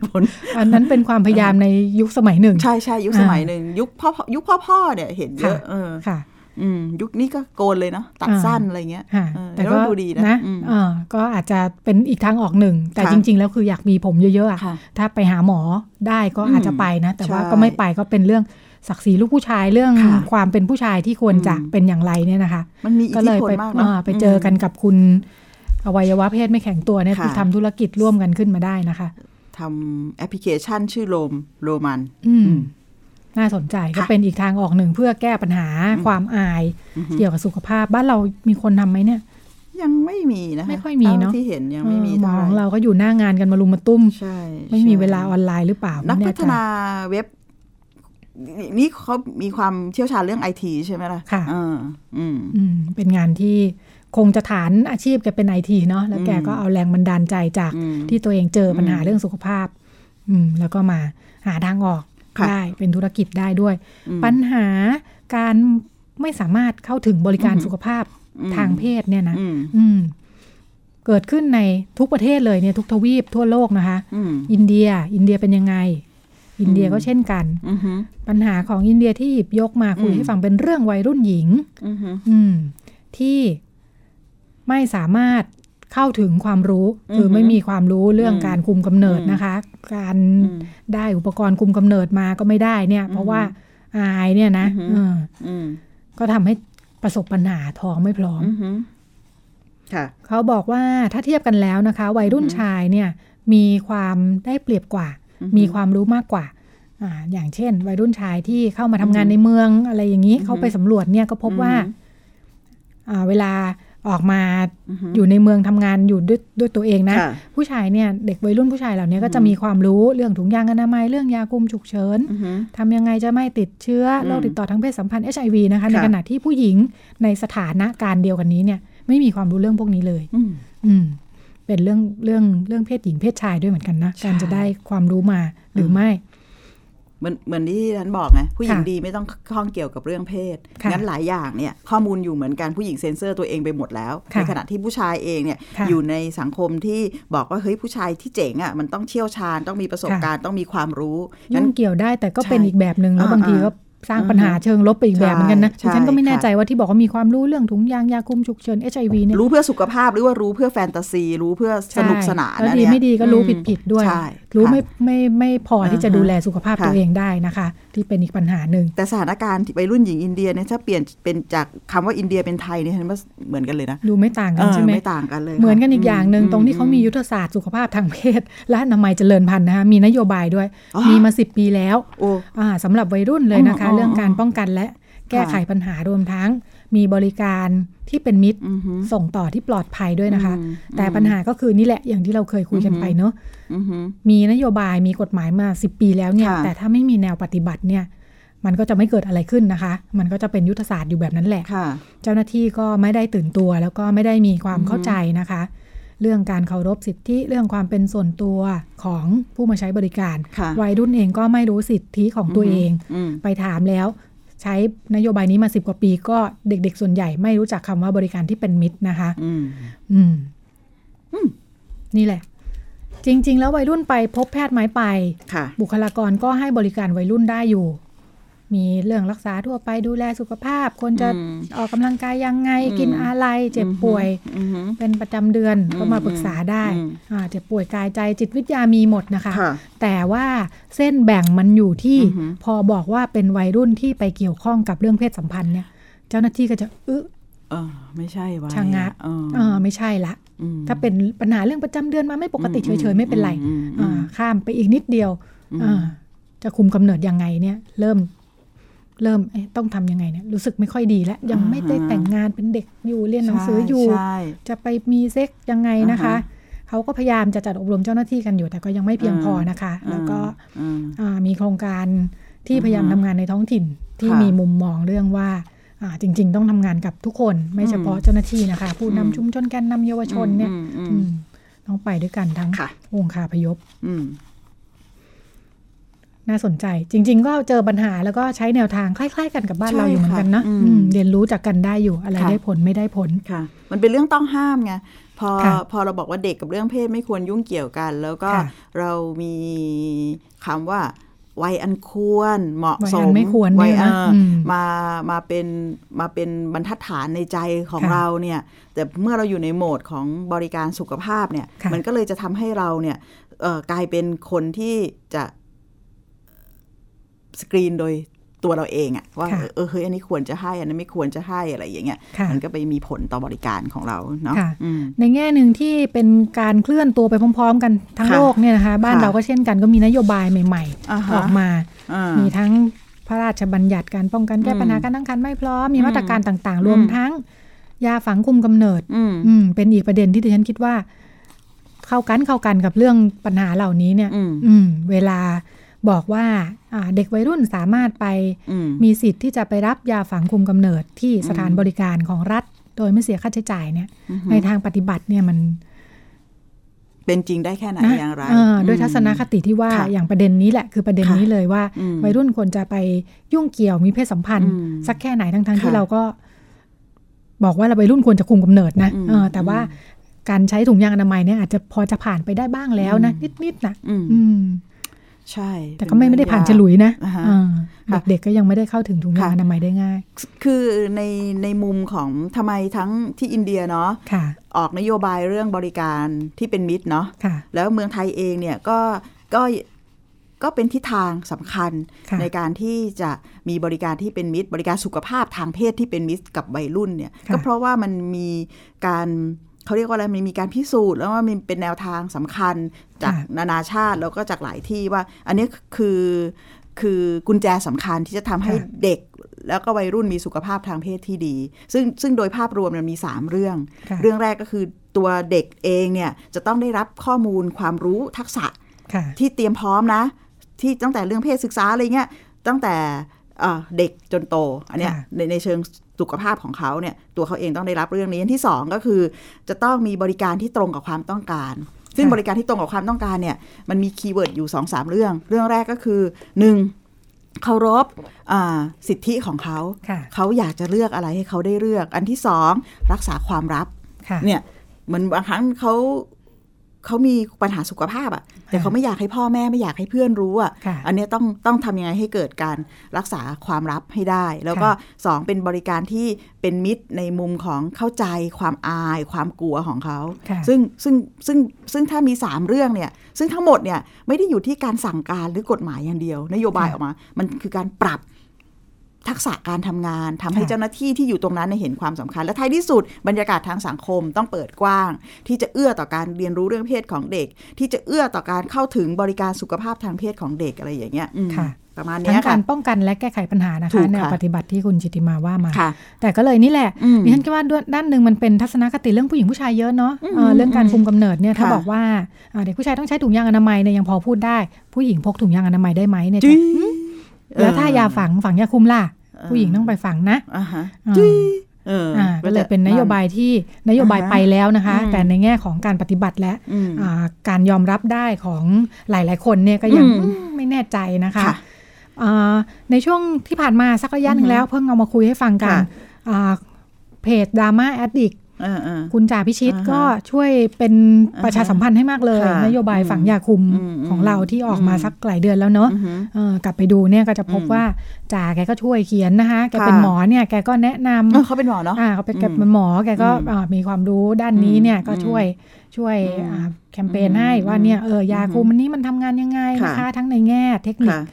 Speaker 3: ผล
Speaker 2: อันนั้นเป็นความพยายามในยุคสมัยหนึ่ง
Speaker 3: ใช่ใช่ยุคสมัย
Speaker 2: อ่า
Speaker 3: หนึ่งยุคพ่อยุคพ่อพ่อเนี่ยเห็นเยอะ
Speaker 2: ค่ะ
Speaker 3: เออ
Speaker 2: ค่ะ
Speaker 3: อืมยุคนี้ก็โกนเลยเนาะตัด
Speaker 2: อ่า
Speaker 3: สั้นอะไรเงี้ย
Speaker 2: ค่ะ
Speaker 3: เออแล้วดูดีนะอืม
Speaker 2: เออก็อาจจะเป็นอีกทางออกหนึ่ง แต่
Speaker 3: ค่ะ
Speaker 2: จริง ๆ แล้วคืออยากมีผมเยอะๆอะ
Speaker 3: ค่ะ
Speaker 2: ถ้าไปหาหมอได้ก็อาจจะไปนะ แต่ว่าก็ไม่ไปก็เป็นเรื่องศักดิ์ศรีลูกผู้ชายเรื่อง
Speaker 3: ค่ะ
Speaker 2: ความเป็นผู้ชายที่ควรจะ
Speaker 3: อืม
Speaker 2: เป็นอย่างไรเนี่ยนะคะ
Speaker 3: มันมีอิ
Speaker 2: ก็
Speaker 3: ท
Speaker 2: เล
Speaker 3: ธิ
Speaker 2: ย
Speaker 3: พล
Speaker 2: ไป
Speaker 3: มาก
Speaker 2: อ่า
Speaker 3: นะ
Speaker 2: ไปเจอกันกับคุณอวัยวะเพศไม่แข็งตัวเนี่ย
Speaker 3: ค่ะ
Speaker 2: ที่ทำธุรกิจร่วมกันขึ้นมาได้นะคะ
Speaker 3: ทำแอปพลิเคชันชื่อโรมโรมัน
Speaker 2: อืม
Speaker 3: อืม
Speaker 2: น่าสนใจก็
Speaker 3: ค่ะ
Speaker 2: เป็นอีกทางออกหนึ่งเพื่อแก้ปัญหาความอาย
Speaker 3: อือฮึ
Speaker 2: เกี่ยวกับสุขภาพบ้านเรามีคนทำไหมเนี่ย
Speaker 3: ยังไม่มีนะคะ
Speaker 2: ไม่ค่อยมีเนอะ
Speaker 3: ท่ที่เห็นยังไม่มี
Speaker 2: เออหมอ
Speaker 3: เท่า
Speaker 2: ของ
Speaker 3: ไหร่
Speaker 2: เราก็อยู่หน้างานกันมาลุมมาตุ้ม
Speaker 3: ใช่
Speaker 2: ไม่มี
Speaker 3: ใช่
Speaker 2: เวลาออนไลน์หรือเปล่า
Speaker 3: นัก
Speaker 2: ไม่
Speaker 3: พั
Speaker 2: แใจ
Speaker 3: ฒนาเว็บ นี่เขามีความเชี่ยวชาญเรื่องไอทีใช่ไหมล่ะ
Speaker 2: ค่ะ
Speaker 3: เอออืม
Speaker 2: อืมเป็นงานที่คงจะฐานอาชีพแกเป็นไอทีเนาะแล้วแก
Speaker 3: อืม
Speaker 2: ก็เอาแรงบันดาลใจจาก
Speaker 3: อืม
Speaker 2: ที่ตัวเองเจอปัญหา
Speaker 3: อืม
Speaker 2: เรื่องสุขภาพ อืมแล้วก็มาหาทางออก
Speaker 3: ค่ะ
Speaker 2: ได้เป็นธุรกิจได้ด้วย
Speaker 3: อืม
Speaker 2: ปัญหาการไม่สามารถเข้าถึงบริการ
Speaker 3: อืม
Speaker 2: สุขภาพ
Speaker 3: อืม
Speaker 2: ทางเพศเนี่ยนะ
Speaker 3: อืม
Speaker 2: อืม เกิดขึ้นในทุกประเทศเลยเนี่ยทุกทวีปทั่วโลกนะคะ
Speaker 3: อืม
Speaker 2: อินเดีย อินเดียเป็นยังไง อินเดีย
Speaker 3: อืม
Speaker 2: ก็เช่นกัน
Speaker 3: อืมอืม
Speaker 2: ปัญหาของอินเดียที่หยิบยกมาคุย
Speaker 3: อืม
Speaker 2: ให้ฟังเป็นเรื่องวัยรุ่นหญิง
Speaker 3: อืม
Speaker 2: อืม ที่ไม่สามารถเข้าถึงความรู้ คือ
Speaker 3: อฮึ
Speaker 2: ไม่มีความรู้เรื่อง
Speaker 3: อืม
Speaker 2: การคุมกำเนิด
Speaker 3: อืม
Speaker 2: นะคะ การ
Speaker 3: อืม
Speaker 2: ได้อุปกรณ์คุมกำเนิดมาก็ไม่ได้เนี่ย เพราะว่าอายเนี่ยนะ
Speaker 3: อือฮึ
Speaker 2: เออ
Speaker 3: อืม
Speaker 2: ก็ทำให้ประสบปัญหาท้องไม่พร้อม
Speaker 3: อืมอืมค่ะ
Speaker 2: เขาบอกว่าถ้าเทียบกันแล้วนะคะ วัยรุ่น
Speaker 3: อือฮึ
Speaker 2: ชายเนี่ยมีความได้เปรียบกว่า
Speaker 3: อือฮึ
Speaker 2: มีความรู้มากกว่าอ่า อย่างเช่น วัยรุ่นชายที่เข้ามาทำงาน
Speaker 3: อือฮึ
Speaker 2: ในเมืองอะไรอย่างนี้
Speaker 3: อือฮึ
Speaker 2: เขาไปสำรวจเนี่ยก็พบว่าอ่าเวลาออกมา
Speaker 3: อืมม
Speaker 2: อยู่ในเมืองทำงานอยู่ด้วยด้วยตัวเองนะ
Speaker 3: ค่
Speaker 2: ผู้ชายเนี่ยเด็กวัยรุ่นผู้ชายเหล่านี้ก็จะ
Speaker 3: อือฮึ
Speaker 2: มีความรู้เรื่องถุงยางอนามัยเรื่องยาคุมฉุกเฉิน
Speaker 3: อืม
Speaker 2: ทำยังไงจะไม่ติดเชื้ออ
Speaker 3: ม
Speaker 2: โรคติดต่อทางเพศสัมพันธ์ HIV นะคะใน
Speaker 3: ค่ะ
Speaker 2: ขณะที่ผู้หญิงในสถานะการณ์เดียวกันนี้เนี่ยไม่มีความรู้เรื่องพวกนี้เลย
Speaker 3: อืม
Speaker 2: อืม เป็นเรื่องเรื่องเรื่องเพศหญิงเพศชายด้วยเหมือนกันนะ
Speaker 3: ใช่
Speaker 2: การจะได้ความรู้มาหรือไม่
Speaker 3: เหมือนเหมือนที่ท่านบอกไงผู้หญิง
Speaker 2: ค่ะ
Speaker 3: ดีไม่ต้องข้องเกี่ยวกับเรื่องเพศ
Speaker 2: ค่ะ
Speaker 3: งั้นหลายอย่างเนี่ยข้อมูลอยู่เหมือนกันผู้หญิงเซ็นเซอร์ตัวเองไปหมดแล้ว
Speaker 2: ค่ะ
Speaker 3: ในขณะที่ผู้ชายเองเนี่ย
Speaker 2: ค่ะ
Speaker 3: อยู่ในสังคมที่บอกว่าเฮ้ยผู้ชายที่เจ๋งอ่ะมันต้องเชี่ยวชาญต้องมีประสบ
Speaker 2: ค่ะ
Speaker 3: การณ์ต้องมีความรู้งั้
Speaker 2: ยุ่
Speaker 3: น
Speaker 2: งเกี่ยวได้แต่ก็เป็น
Speaker 3: ใช่
Speaker 2: อีกแบบหนึ่งแล้ว
Speaker 3: อ่า
Speaker 2: บางที
Speaker 3: อ่า
Speaker 2: ก็สร้างปัญหาเชิงลบไปอีกแบบเหมือนกันนะ
Speaker 3: ใช่
Speaker 2: ดิฉันก็ไม่แน่
Speaker 3: ค่ะ
Speaker 2: ใจว่าที่บอกว่ามีความรู้เรื่องถุงยางยาคุมฉุกเฉิน HIV เนี่ย
Speaker 3: รู้เพื่อสุขภาพหรือว่ารู้เพื่อแฟนตาซี รู้เพื่อสนุกสนาน
Speaker 2: แล้ว
Speaker 3: อัน
Speaker 2: ดี
Speaker 3: เนี้ย
Speaker 2: ไม่ดีก็รู้
Speaker 3: อืม
Speaker 2: ผิดผิดๆด้วย
Speaker 3: ใช่
Speaker 2: รู้ไม่
Speaker 3: ค่ะ
Speaker 2: ไม่ไม่พอที่จะ
Speaker 3: อ่าฮะ
Speaker 2: ดูแลสุขภาพ
Speaker 3: ค่ะ
Speaker 2: ตัวเองได้นะคะ ที่เป็นอีกปัญหาหนึ่ง
Speaker 3: แต่สถานการณ์ที่วัยรุ่นหญิงอินเดียเนี่ยถ้าเปลี่ยนเป็นจากคำว่าอินเดียเป็นไทยเนี่ยฉันว่าเหมือนกันเลยนะ
Speaker 2: ดูไม่ต่างกั
Speaker 3: เอนอ
Speaker 2: ใช่ไหม
Speaker 3: ไม่ต่างกันเลย
Speaker 2: เหมือนกันอีก
Speaker 3: ค่ะ
Speaker 2: อย่างหนึ่งตรงที่เขามียุทธศาสตร์สุขภาพทางเพศ และอนามัยเจริญพันธุ์นะคะมีนโยบายด้วย มีมาสิบปีแล้ว
Speaker 3: โอ้
Speaker 2: อ่าสำหรับวัยรุ่นเลยนะคะ
Speaker 3: อ๋ออ๋อ
Speaker 2: เรื่องการป้องกันและแก้ไขปัญหารวมทั้ง มีบริการที่เป็นมิตร
Speaker 3: อือหือ
Speaker 2: ส่งต่อที่ปลอดภัยด้วยนะคะ
Speaker 3: อืม
Speaker 2: แต่ปัญหาก็คือนี่แหละอย่างที่เราเคยคุยกัน
Speaker 3: อือหือ
Speaker 2: ไปเนอะ
Speaker 3: อือหือ
Speaker 2: มีนโยบายมีกฎหมายมา 10 ปีแล้วเนี่ย
Speaker 3: ค่ะ
Speaker 2: แต่ถ้าไม่มีแนวปฏิบัติเนี่ย มันก็จะไม่เกิดอะไรขึ้นนะคะ มันก็จะเป็นยุทธศาสตร์อยู่แบบนั้นแหละ
Speaker 3: ค่ะ
Speaker 2: เจ้าหน้าที่ก็ไม่ได้ตื่นตัวแล้วก็ไม่ได้มีความ
Speaker 3: อือฮึ
Speaker 2: เข้าใจนะคะ เรื่องการเคารพสิทธิเรื่องความเป็นส่วนตัวของผู้มาใช้บริการ
Speaker 3: ค่ะ
Speaker 2: วัยรุ่นเองก็ไม่รู้สิทธิของตัวเอง
Speaker 3: อืม
Speaker 2: ไปถามแล้ว ใช้นโยบายนี้มา 10 กว่าปีก็เด็กๆ ส่วนใหญ่ไม่รู้จักคำว่าบริการที่เป็นมิตรนะคะ
Speaker 3: อืม
Speaker 2: อืม
Speaker 3: อืม
Speaker 2: นี่แหละ จริง ๆ แล้ววัยรุ่นไปพบแพทย์ไหมไป
Speaker 3: ค่ะ
Speaker 2: บุคลากรก็ให้บริการวัยรุ่นได้อยู่ มีเรื่องรักษาทั่วไปดูแลสุขภาพ คนจะ
Speaker 3: อืม
Speaker 2: ออกกำลังกายยังไง
Speaker 3: อืม
Speaker 2: กินอะไร เจ็บป่วย
Speaker 3: อือหือ
Speaker 2: เป็นประจำเดือน
Speaker 3: อืม
Speaker 2: ก็มาปรึกษาได้
Speaker 3: อืม
Speaker 2: อ่าเจ็บป่วยกายใจจิตวิทยามีหมดนะคะ
Speaker 3: ค่ะ
Speaker 2: แต่ว่าเส้นแบ่งมันอยู่ที่
Speaker 3: อือหือ
Speaker 2: พอบอกว่าเป็นวัยรุ่นที่ไปเกี่ยวข้องกับเรื่องเพศสัมพันธ์เนี่ย เจ้าหน้าที่ก็จะอึะ
Speaker 3: เออไม่ใช่วะ
Speaker 2: ชะงัก
Speaker 3: เออ
Speaker 2: เออไม่ใช่ละ
Speaker 3: ม
Speaker 2: ถ้าเป็นปัญหาเรื่องประจำเดือนมาไม่ปกติเฉยๆไม่เป็นไร
Speaker 3: อืมอื
Speaker 2: อ่าม ข้ามไปอีกนิดเดียว
Speaker 3: อืม
Speaker 2: อ่าจะคุมกำเนิดยังไงเนี่ย เริ่ม เริ่มเอ๊ะต้องทำยังไงเนี่ยรู้สึกไม่ค่อยดีแล้ว ยังไม่ได้แต่งงานเป็นเด็กอยู่เรียนหนังสืออยู่
Speaker 3: ใช่
Speaker 2: จะไปมีเซ็กยังไงนะคะ
Speaker 3: อ่าฮะ
Speaker 2: เขาก็พยายามจะจัดอบรมเจ้าหน้าที่กันอยู่ แต่ก็ยังไม่เพียงพอนะคะ
Speaker 3: ใช่
Speaker 2: แล้วก็
Speaker 3: อืม
Speaker 2: อ่ามีโครงการที่
Speaker 3: อือฮะ
Speaker 2: พยายามทำงานในท้องถิ่นที่
Speaker 3: ค่ะ
Speaker 2: มีมุมมองเรื่องว่าอ่าจริง ๆ ต้องทำงานกับทุกคน ไม่เฉพาะเจ้าหน้าที่นะคะ ผู้
Speaker 3: อื
Speaker 2: นำ
Speaker 3: ม
Speaker 2: ชุมชนแกนนำเยาวชนเนี่ย
Speaker 3: อืมอืม
Speaker 2: อื
Speaker 3: อืม
Speaker 2: มต้องไปด้วยกันทั้ง
Speaker 3: ค่ะ
Speaker 2: องค์คาพยพ
Speaker 3: อืม
Speaker 2: น่าสนใจ จริง ๆ ก็เจอปัญหาแล้วก็ใช้แนวทางคล้าย ๆ กันกับบ้าน
Speaker 3: ใช่
Speaker 2: เราอยู่เหมือนกันนะ
Speaker 3: ค่ะอืม
Speaker 2: อืมเรียนรู้จากกันได้อยู่อะไร
Speaker 3: ค่ะ
Speaker 2: ได้ผลไม่ได้ผล
Speaker 3: ค่ะ มันเป็นเรื่องต้องห้ามไงพอ
Speaker 2: ค่ะ
Speaker 3: พอเราบอกว่าเด็กกับเรื่องเพศไม่ควรยุ่งเกี่ยวกัน แล้วก็
Speaker 2: ค่ะ
Speaker 3: เรามีคำว่าวัยอันควรเหมาะส
Speaker 2: วัยอั
Speaker 3: ม
Speaker 2: นไม่ควร
Speaker 3: วัย
Speaker 2: เนี่ยนะ
Speaker 3: เอออ
Speaker 2: ม
Speaker 3: มามาเป็นมาเป็นบรรทัดฐานในใจของ
Speaker 2: ค่ะ
Speaker 3: เราเนี่ย แต่เมื่อเราอยู่ในโหมดของบริการสุขภาพเนี่ย
Speaker 2: ค่ะ
Speaker 3: มันก็เลยจะทำให้เราเนี่ยเอ่อกลายเป็นคนที่จะสกรีนโดยตัวเราเองอะว่า
Speaker 2: ค่ะ
Speaker 3: เออเฮ้ยอันนี้ควรจะให้อันนั้นไม่ควรจะให้อะไรอย่างเงี้ย
Speaker 2: ค่ะ
Speaker 3: มันก็ไปมีผลต่อบริการของเราเนาะ
Speaker 2: ค่ะ
Speaker 3: อืม
Speaker 2: ในแง่หนึ่งที่เป็นการเคลื่อนตัวไปพร้อม ๆ กันทั้ง
Speaker 3: ค่ะ
Speaker 2: โลกเนี่ยนะคะบ้าน
Speaker 3: ค่ะ
Speaker 2: เราก็เช่นกันก็มีนโยบายใหม่
Speaker 3: อ่าฮะ
Speaker 2: ๆ ออกมา
Speaker 3: อ่า
Speaker 2: มีทั้งพระราชบัญญัติการป้องกันแก้ปัญหา
Speaker 3: อืม
Speaker 2: การตั้งครรภ์ไม่พร้อมมี
Speaker 3: อืม
Speaker 2: มาตรการต่าง
Speaker 3: อืม
Speaker 2: ๆ รวมทั้ง ยาฝังคุมกำเนิด
Speaker 3: อืม
Speaker 2: อืมเป็นอีกประเด็นที่ดิฉันคิดว่า เข้ากันเข้ากันกับเรื่องปัญหาเหล่านี้เนี่ย
Speaker 3: อืม
Speaker 2: อืมเวลาบอกว่าอ่าเด็กวัยรุ่นสามารถไป
Speaker 3: อืม
Speaker 2: มีสิทธิ์ที่จะไปรับยาฝังคุมกำเนิดที่สถาน
Speaker 3: อืม
Speaker 2: บริการของรัฐ โดยไม่เสียค่าใช้จ่ายเนี่ย
Speaker 3: อืม
Speaker 2: ในทางปฏิบัติเนี่ยมัน
Speaker 3: เป็นจริงได้แค่ไหน
Speaker 2: นะ
Speaker 3: อย่างไร
Speaker 2: เออด้วย
Speaker 3: อืม
Speaker 2: ทัศนคติที่ว่า
Speaker 3: ค่ะ
Speaker 2: อย่างประเด็นนี้แหละคือประเด็น
Speaker 3: ค่ะ
Speaker 2: นี้เลยว่า
Speaker 3: อืม
Speaker 2: วัยรุ่นควรจะไปยุ่งเกี่ยวมีเพศสัมพันธ์
Speaker 3: อืม
Speaker 2: สักแค่ไหนทั้งๆที่
Speaker 3: ค่ะ
Speaker 2: เราก็ บอกว่าเราวัยรุ่นควรจะคุมกำเนิดนะ
Speaker 3: อืม
Speaker 2: เออ แต่ว่าการใช้ถุงยางอนามัยเนี่ยอาจจะพอจะผ่านไปได้บ้างแล้วนะ
Speaker 3: อืม
Speaker 2: นิดๆนะ
Speaker 3: อืม
Speaker 2: อืม
Speaker 3: ใช่
Speaker 2: แต่ก็ไม่ไม่ได้ผ่านฉลุ
Speaker 3: ย
Speaker 2: ยนะ
Speaker 3: อ่าฮะ
Speaker 2: อ่า
Speaker 3: ค่ะ
Speaker 2: เด็กๆก็ยังไม่ได้เข้าถึงถุงยาง
Speaker 3: ค่ะ
Speaker 2: อนามัยได้ง่าย
Speaker 3: คือในในมุมของทำไมทั้งที่อินเดียเนาะ
Speaker 2: ค่ะ
Speaker 3: ออกนโยบายเรื่องบริการที่เป็นมิตรเนาะ
Speaker 2: ค่ะ
Speaker 3: แล้วเมืองไทยเองเนี่ยก็ก็ก็เป็นทิศทางสำคัญ
Speaker 2: ค่ะ
Speaker 3: ในการที่จะมีบริการที่เป็นมิตร บริการสุขภาพทางเพศที่เป็นมิตรกับวัยรุ่นเนี่ย
Speaker 2: ค่ะ
Speaker 3: ก็เพราะว่ามันมีการเขาเรียกว่าอะไรมันมีการพิสูจน์แล้วว่ามันเป็นแนวทางสำคัญจาก
Speaker 2: ค่ะ
Speaker 3: นานาชาติแล้วก็จากหลายที่ว่า อันนี้คือคือกุญแจสำคัญที่จะทำให้
Speaker 2: ค่ะ
Speaker 3: เด็ก แล้วก็วัยรุ่นมีสุขภาพทางเพศที่ดี ซึ่งซึ่งโดยภาพรวมมันยมี 3 เรื่อง
Speaker 2: ค่ะ
Speaker 3: เรื่องแรกก็คือตัวเด็กเองเนี่ยจะต้องได้รับข้อมูลความรู้ทักษะ
Speaker 2: ค่ะ
Speaker 3: ที่เตรียมพร้อมนะ ที่ตั้งแต่เรื่องเพศศึกษาอะไรเงี้ยตั้งแต่เอ่อเด็กจนโตอันเนี้ย
Speaker 2: ค่ะ
Speaker 3: ในในเชิงสุขภาพของเขาเนี่ยตัวเขาเองต้องได้รับเรื่องนี้อันที่สองก็คือ จะต้องมีบริการที่ตรงกับความต้องการ ซึ่ง
Speaker 2: ค่ะ
Speaker 3: บริการที่ตรงกับความต้องการเนี่ยมันมีคีย์เวิร์ดอยู่2อสามเรื่อง เรื่องแรกก็คือหนึ่งเคารพอ่าสิทธิของเขา
Speaker 2: ค่ะ
Speaker 3: เขาอยากจะเลือกอะไรให้เขาได้เลือก อันที่สองรักษาความรับ
Speaker 2: ค่ะ
Speaker 3: เนี่ยเหมือนบางครั้งเขาเขามีปัญหาสุขภาพอะ่ะ แต่เขาไม่อยากให้พ่อแม่ไม่อยากให้เพื่อนรู้อะ
Speaker 2: ค่ะ
Speaker 3: ่ะ อันเนี้ยต้องต้องทำยังไงให้เกิดการรักษาความรับให้ได้ แล้วก็
Speaker 2: ค่ะ
Speaker 3: สองเป็นบริการที่เป็นมิตรในมุมของเข้าใจความอาย ความกลัวของเขา
Speaker 2: ค่ะ
Speaker 3: ซึ่งซึ่งซึ่งซึ่งถ้ามี 3 เรื่องเนี่ยซึ่งทั้งหมดเนี่ยไม่ได้อยู่ที่การสั่งการหรือกฎหมายอย่างเดียว นโยบายออกมา มันคือการปรับทักษะการทำงานทำให้
Speaker 2: ค่ะ
Speaker 3: เจ้าหน้าที่ที่อยู่ตรงนั้นเนี่ยเห็นความสำคัญ และท้ายที่สุดบรรยากาศทางสังคมต้องเปิดกว้าง ที่จะเอื้อต่อการเรียนรู้เรื่องเพศของเด็ก ที่จะเอื้อต่อการเข้าถึงบริการสุขภาพทางเพศของเด็กอะไรอย่างเงี้ยอืม
Speaker 2: ค่ะ
Speaker 3: ประมาณ
Speaker 2: ทั้ง
Speaker 3: เนี้ย
Speaker 2: กา
Speaker 3: ค่ะ
Speaker 2: รป้องกันและแก้ไขปัญหานะ
Speaker 3: ถู
Speaker 2: คะ
Speaker 3: กค่ะ
Speaker 2: แนวปฏิบัติที่คุณจิตติมาว่ามา
Speaker 3: ค่ะ
Speaker 2: แต่ก็เลยนี่แหละ
Speaker 3: อืม
Speaker 2: ดิฉันคิดว่าด้วยด้านหนึ่งมันเป็นทัศนคติเรื่องผู้หญิงผู้ชายเยอะเนาะ
Speaker 3: อืม
Speaker 2: เอ่อเรื่องการ
Speaker 3: อืม
Speaker 2: คุมกำเนิดเนี่ยถ้า
Speaker 3: ค่ะ
Speaker 2: บอกว่าอ่าเด็กผู้ชายต้องใช้ถุงยางอนามัยเนี่ยยังพอพูดได้ ผู้หญิงพกถุงยางอนามัยได้ไหมเนี่ย
Speaker 3: จริ
Speaker 2: จะ
Speaker 3: ง
Speaker 2: อืม แล้วถ้ายาฝังฝังยาคุมล่ะ ผู้หญิงต้องไปฝังนะ
Speaker 3: อ่าฮะ
Speaker 2: อ่า
Speaker 3: จุ้ยเออ
Speaker 2: อ่าก็เลยเป็นนโยบายที่นโยบายไปแล้วนะคะ
Speaker 3: อืม
Speaker 2: แต่ในแง่ของการปฏิบัติและ
Speaker 3: อืม
Speaker 2: อ่าการยอมรับได้ของหลาย ๆ คนเนี่ยก็ยัง
Speaker 3: อืม
Speaker 2: อืมไม่แน่ใจนะคะ
Speaker 3: ค่ะ
Speaker 2: อ่าในช่วงที่ผ่านมาสักระยะหนึ่
Speaker 3: อื
Speaker 2: ง
Speaker 3: อฮึ
Speaker 2: แล้วเพิ่งเอามาคุยให้ฟังกัน
Speaker 3: ค่ะ
Speaker 2: อ่าเพจดราม่าแอดดิก
Speaker 3: เออเออ
Speaker 2: คุณจ่าพิชิต
Speaker 3: อ่าฮะ
Speaker 2: ก็ช่วยเป็นประชาสัมพันธ์ให้มากเลย
Speaker 3: ค่ะ
Speaker 2: นโยบาย
Speaker 3: อืม
Speaker 2: ฝังยาคุม
Speaker 3: อืม
Speaker 2: ของเราที่ออกมา
Speaker 3: อืม
Speaker 2: สักหลายเดือนแล้วเนาะ
Speaker 3: อือหือ
Speaker 2: เออกลับไปดูเนี่ยก็จะพบ
Speaker 3: อืม
Speaker 2: ว่าจ่าแกก็ช่วยเขียนนะคะ แก
Speaker 3: ค่ะ
Speaker 2: เป็นหมอเนี่ยแกก็แนะนำ
Speaker 3: เออเขาเป็นหมอเนาะ
Speaker 2: อ่าเขาเป็นแก
Speaker 3: อืม
Speaker 2: เป็นหมอแกก็
Speaker 3: อืม
Speaker 2: อ่ามีความรู้ด้านนี้เนี่ย
Speaker 3: อืม
Speaker 2: ก็ช่วยช่วย
Speaker 3: อืม
Speaker 2: อ่าแคมเปญให้ว่าเนี่ยเออยาคุมอันนี้มันทำงานยังไงนะ
Speaker 3: ค่ะ
Speaker 2: คะ ทั้งในแง่เทคนิค
Speaker 3: ค่ะ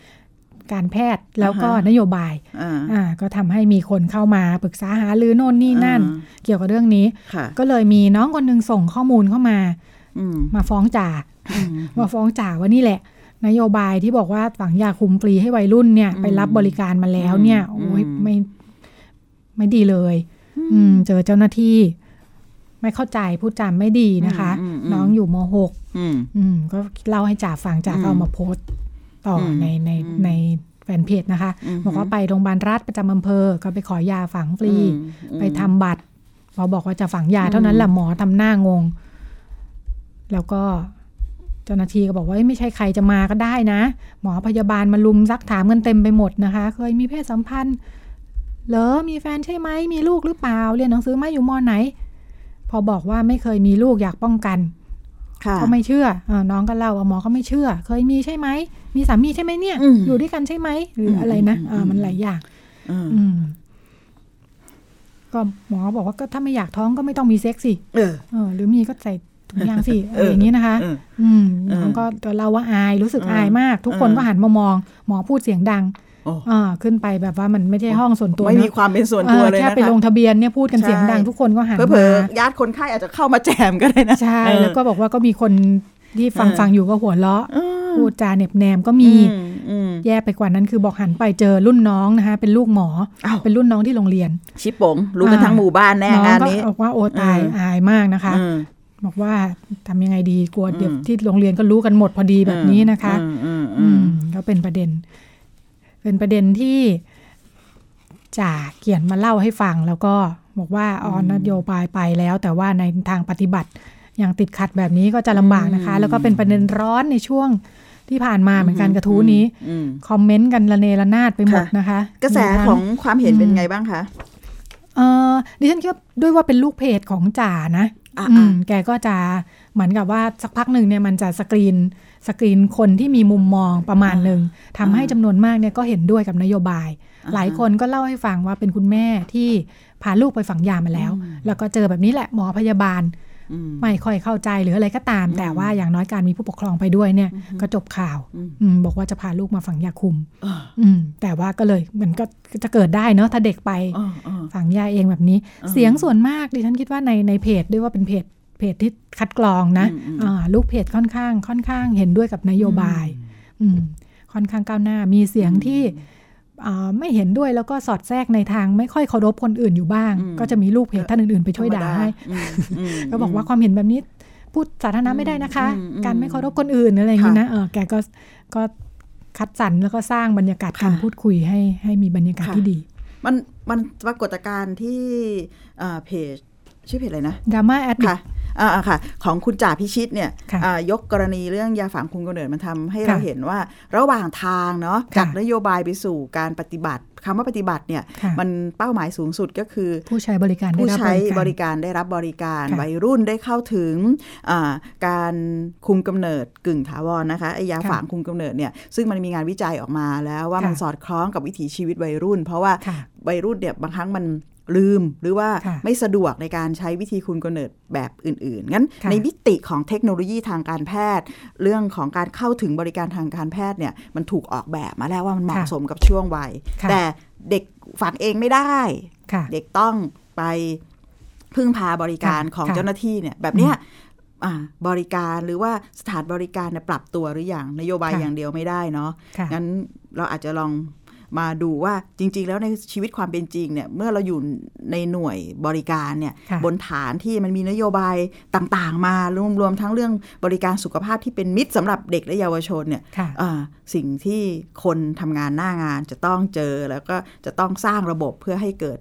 Speaker 2: การแพทย์แล้วก็
Speaker 3: อ่าฮะ
Speaker 2: นโยบาย
Speaker 3: อ่า
Speaker 2: อ่าก็ทำให้มีคนเข้ามาปรึกษาหารือโน่นนี่นั่น
Speaker 3: อ่า
Speaker 2: เกี่ยวกับเรื่องนี้
Speaker 3: ค่ะ
Speaker 2: ก็เลยมีน้องคนหนึ่งส่งข้อมูลเข้ามา
Speaker 3: อืม
Speaker 2: มาฟ้องจ่า
Speaker 3: อืม
Speaker 2: มาฟ้องจ่าว่านี่แหละ นโยบายที่บอกว่าฝังยาคุมฟรีให้วัยรุ่นเนี่ย
Speaker 3: อืม
Speaker 2: ไปรับบริการมาแล้วเนี่ย
Speaker 3: อืม
Speaker 2: โอ้ย
Speaker 3: อืม
Speaker 2: ไม่ไม่ดีเลย อืม เจอเจ้าหน้าที่ ไม่เข้าใจพูดจาไม่ดีนะคะ
Speaker 3: มม
Speaker 2: น้องอยู่มหก
Speaker 3: อืม
Speaker 2: อืม ก็เล่าให้จ่าฟังจ่าก็
Speaker 3: อืม
Speaker 2: เอามาโพสต์ต่ออ
Speaker 3: ม
Speaker 2: ในใน
Speaker 3: อืม
Speaker 2: ในแฟนเพจนะคะ
Speaker 3: ม
Speaker 2: บอกว่าไปโรงพยาบาลรัฐประจำอำเภอ ก็ไปขอยาฝังฟรี
Speaker 3: อืมอืม
Speaker 2: ไปทำบัตรพอบอกว่าจะฝังยา
Speaker 3: อืม
Speaker 2: เท่านั้นแหละหมอทำหน้างง แล้วก็เจ้าหน้าที่ก็บอกว่าเอ้ยไม่ใช่ใครจะมาก็ได้นะ หมอพยาบาลมาลุมซักถามกันเต็มไปหมดนะคะ เคยมีเพศสัมพันธ์เหรอมีแฟนใช่ไหมมีลูกหรือเปล่าเรียนหนังสือไหมอยู่มอไหน พอบอกว่าไม่เคยมีลูกอยากป้องกัน
Speaker 3: ค่ะ
Speaker 2: ก็ไม่เชื่ออาน้องก็เล่าว่าหมอก็ไม่เชื่อ เคยมีใช่ไหมมีสามีใช่ไหมเนี่ย
Speaker 3: อืม
Speaker 2: ยู่ด้วยกันใช่ไหมหรืออะไรนะ
Speaker 3: อืมอืม
Speaker 2: อ่ามันหลายอย่าง
Speaker 3: เออ
Speaker 2: อืมก็หมอบอกว่าก็ถ้าไม่อยากท้องก็ไม่ต้องมีเซ็กซ์สิ
Speaker 3: เออ
Speaker 2: เออหรือมีก็ใส่ถุงยางสิอะไรอย่างนี้นะคะ
Speaker 3: (laughs) เออ
Speaker 2: อืม
Speaker 3: เออ
Speaker 2: น้องก็ก็เล่าว่าอายรู้สึก
Speaker 3: เออ
Speaker 2: อายมาก ทุกคน
Speaker 3: เออ
Speaker 2: ก็หันมามอง หมอพูดเสียงดัง
Speaker 3: โอ้
Speaker 2: อ่าขึ้นไปแบบว่ามันไม่ใช่ห้องส่วนตัว
Speaker 3: ไม่มี
Speaker 2: เนาะ
Speaker 3: ความเป็นส่วนตัว
Speaker 2: เออ
Speaker 3: เลย
Speaker 2: แค่
Speaker 3: นะ
Speaker 2: ไป
Speaker 3: คะ
Speaker 2: ลงทะเบียนเนี่ยพูดกันเสียงดัง
Speaker 3: ใช่
Speaker 2: ทุกคนก็หัน
Speaker 3: เผล
Speaker 2: มา
Speaker 3: อๆญาติคนไข้อาจจะเข้ามาแจมก็ได้นะ
Speaker 2: ใช่
Speaker 3: เออ
Speaker 2: แล้วก็บอกว่าก็มีคนที่ฟัง
Speaker 3: เออ
Speaker 2: ฟังอยู่ก็หัวเราะ
Speaker 3: เออ
Speaker 2: พูดจาเหน็บแนมก็มี
Speaker 3: อือืม
Speaker 2: แย่ไปกว่านั้นคือบอกหันไปเจอรุ่นน้องนะคะ เป็นลูกหมอ
Speaker 3: อ้าว
Speaker 2: เป็นรุ่นน้องที่โรงเรียน
Speaker 3: ชิปโปงรู้กัน
Speaker 2: อ่า
Speaker 3: ทั้งหมู่บ้านแน่
Speaker 2: น้อง
Speaker 3: งาน
Speaker 2: ก็
Speaker 3: นี้
Speaker 2: บอกว่าโอตายอายมากนะคะ
Speaker 3: อืม
Speaker 2: บอกว่าทำยังไงดีกลัวเดี๋ยว
Speaker 3: อืม
Speaker 2: ที่โรงเรียนก็รู้กันหมดพอดีแบบนี้นะคะ
Speaker 3: อืมอืม
Speaker 2: อื
Speaker 3: อืม
Speaker 2: มก็เป็นประเด็น เป็นประเด็นที่จ่าเขียนมาเล่าให้ฟัง แล้วก็บอกว่าออนนโยบายไปแล้ว แต่ว่าในทางปฏิบัติยังติดขัดแบบนี้ก็จะลำบากนะคะ
Speaker 3: อืม
Speaker 2: แล้วก็เป็นประเด็นร้อนในช่วงที่ผ่านมาเหมือนกันกระทู้นี้
Speaker 3: อืม
Speaker 2: คอมเมนต์กันระเนระนาดไปหมด
Speaker 3: ค่ะ
Speaker 2: นะคะ
Speaker 3: กระแส
Speaker 2: มีทั้
Speaker 3: ของความเห็นเป็น
Speaker 2: อืม
Speaker 3: ไงบ้างคะ
Speaker 2: เออดิฉันคิดว่าด้วยว่าเป็นลูกเพจของจ่านะ
Speaker 3: อ่ะ
Speaker 2: อืม
Speaker 3: อ่ะ
Speaker 2: แกก็จะเหมือนกับว่าสักพักหนึ่งเนี่ยมันจะสกรีนสกรีนคนที่มีมุมมองประมาณหนึ่งทำให้จำนวนมากเนี่ยก็เห็นด้วยกับนโยบาย หลายคนก็เล่าให้ฟังว่าเป็นคุณแม่ที่พาลูกไปฝังยามาแล้ว แล้วก็เจอแบบนี้แหละหมอพยาบาล
Speaker 3: อืม
Speaker 2: ไม่ค่อยเข้าใจหรืออะไรก็ตาม
Speaker 3: อืม
Speaker 2: แต่ว่าอย่างน้อยการมีผู้ปกครองไปด้วยเนี่ย ก็จบข่าว
Speaker 3: อืม
Speaker 2: อืมบอกว่าจะพาลูกมาฝังยาคุม
Speaker 3: เออ
Speaker 2: อืม แต่ว่าก็เลยมันก็จะเกิดได้เนาะถ้าเด็กไป
Speaker 3: เออเออ
Speaker 2: ฝังยาเองแบบนี้
Speaker 3: อ่า
Speaker 2: เสียงส่วนมากดิฉันคิดว่าในในเพจด้วยว่าเป็นเพจเพจที่คัดกรองนะ
Speaker 3: อืมอืม
Speaker 2: อ่าลูกเพจค่อนข้างค่อนข้างเห็นด้วยกับนโยบาย อืมค่อนข้างก้าวหน้ามีเสียงที่อ่าไม่เห็นด้วยแล้วก็สอดแทรกในทางไม่ค่อยเคารพคนอื่นอยู่บ้าง ก็จะมีลูกเพจท่านอื่นๆไปช่วยด่าให้
Speaker 3: อืมอืม
Speaker 2: ก็บอกว่าความเห็นแบบนี้พูดสาธารณะไม่ได้นะคะ
Speaker 3: อืมอืม
Speaker 2: การไม่เคารพคนอื่นอะไรอย่างนี้นะเออแกก็ก็คัดสรรแล้วก็สร้างบรรยากาศการ
Speaker 3: ค่ะ
Speaker 2: พูดคุยให้ให้มีบรรยากาศ
Speaker 3: ค่ะ
Speaker 2: ที่ดี
Speaker 3: มันมันปรากฏการณ์ที่เอ่อเพจชื่อเพจอะไรนะ
Speaker 2: ดราม่าแอดดิ
Speaker 3: ค่ะอ่าอ่าค่ะ ของคุณจ่าพิชิตเนี่ย
Speaker 2: ค่ะ
Speaker 3: อ่ายกกรณีเรื่องยาฝังคุมกำเนิดมันทำให้
Speaker 2: ค่ะ
Speaker 3: เราเห็นว่าระหว่างทางเนาะ
Speaker 2: ค่ะ
Speaker 3: จากนโยบายไปสู่การปฏิบัติคำว่าปฏิบัติเนี่ย
Speaker 2: ค่ะ
Speaker 3: มันเป้าหมายสูงสุดก็คือ
Speaker 2: ผู้ใช้บริการได้
Speaker 3: ผู้
Speaker 2: รับ
Speaker 3: ใช้บริการได้รับบริการ
Speaker 2: ค่ะ
Speaker 3: วัยรุ่นได้เข้าถึงอ่าการคุมกำเนิดกึ่งถาวรนะคะไอยา
Speaker 2: ค่ะ
Speaker 3: ฝางคุมกำเนิดเนี่ยซึ่งมันมีงานวิจัยออกมาแล้วว่า
Speaker 2: ค่ะ
Speaker 3: มันสอดคล้องกับวิถีชีวิตวัยรุ่น เพราะว่า
Speaker 2: ค่ะ
Speaker 3: วัยรุ่นเนี่ยบางครั้งมันลืมหรือว่า
Speaker 2: ค่ะ
Speaker 3: ไม่สะดวกในการใช้วิธีคุณกำเนิดแบบอื่นๆ งั้น
Speaker 2: ค่ะ
Speaker 3: ในมิติของเทคโนโลยีทางการแพทย์ เรื่องของการเข้าถึงบริการทางการแพทย์เนี่ยมันถูกออกแบบมาแล้วว่ามันเหมาะ
Speaker 2: ค่ะ
Speaker 3: สมกับช่วงวัย
Speaker 2: ค่ะ
Speaker 3: แต่เด็กฝังเองไม่ได้
Speaker 2: ค่ะ
Speaker 3: เด็กต้องไปพึ่งพาบริการ
Speaker 2: ค่ะ
Speaker 3: ของ
Speaker 2: ค่ะ
Speaker 3: เจ้าหน้าที่เนี่ยแบบเนี้ยอ่าบริการหรือว่าสถานบริการเนี่ยปรับตัวหรืออยังนโยบาย
Speaker 2: ค่ะ
Speaker 3: อย่างเดียวไม่ได้เนาะ
Speaker 2: ค่ะ
Speaker 3: งั้นเราอาจจะลอง มาดูว่าจริง ๆ แล้วในชีวิตความเป็นจริงเนี่ยเมื่อเราอยู่ในหน่วยบริการเนี่ย
Speaker 2: ค่ะ
Speaker 3: บนฐานที่มันมีนโยบายต่างๆ มารวมรวมทั้งเรื่องบริการสุขภาพที่เป็นมิตรสำหรับเด็กและเยาวชนเนี่ย
Speaker 2: ค่ะ
Speaker 3: อ่าสิ่งที่คนทำงานหน้างานจะต้องเจอแล้วก็จะต้องสร้างระบบเพื่อให้เกิด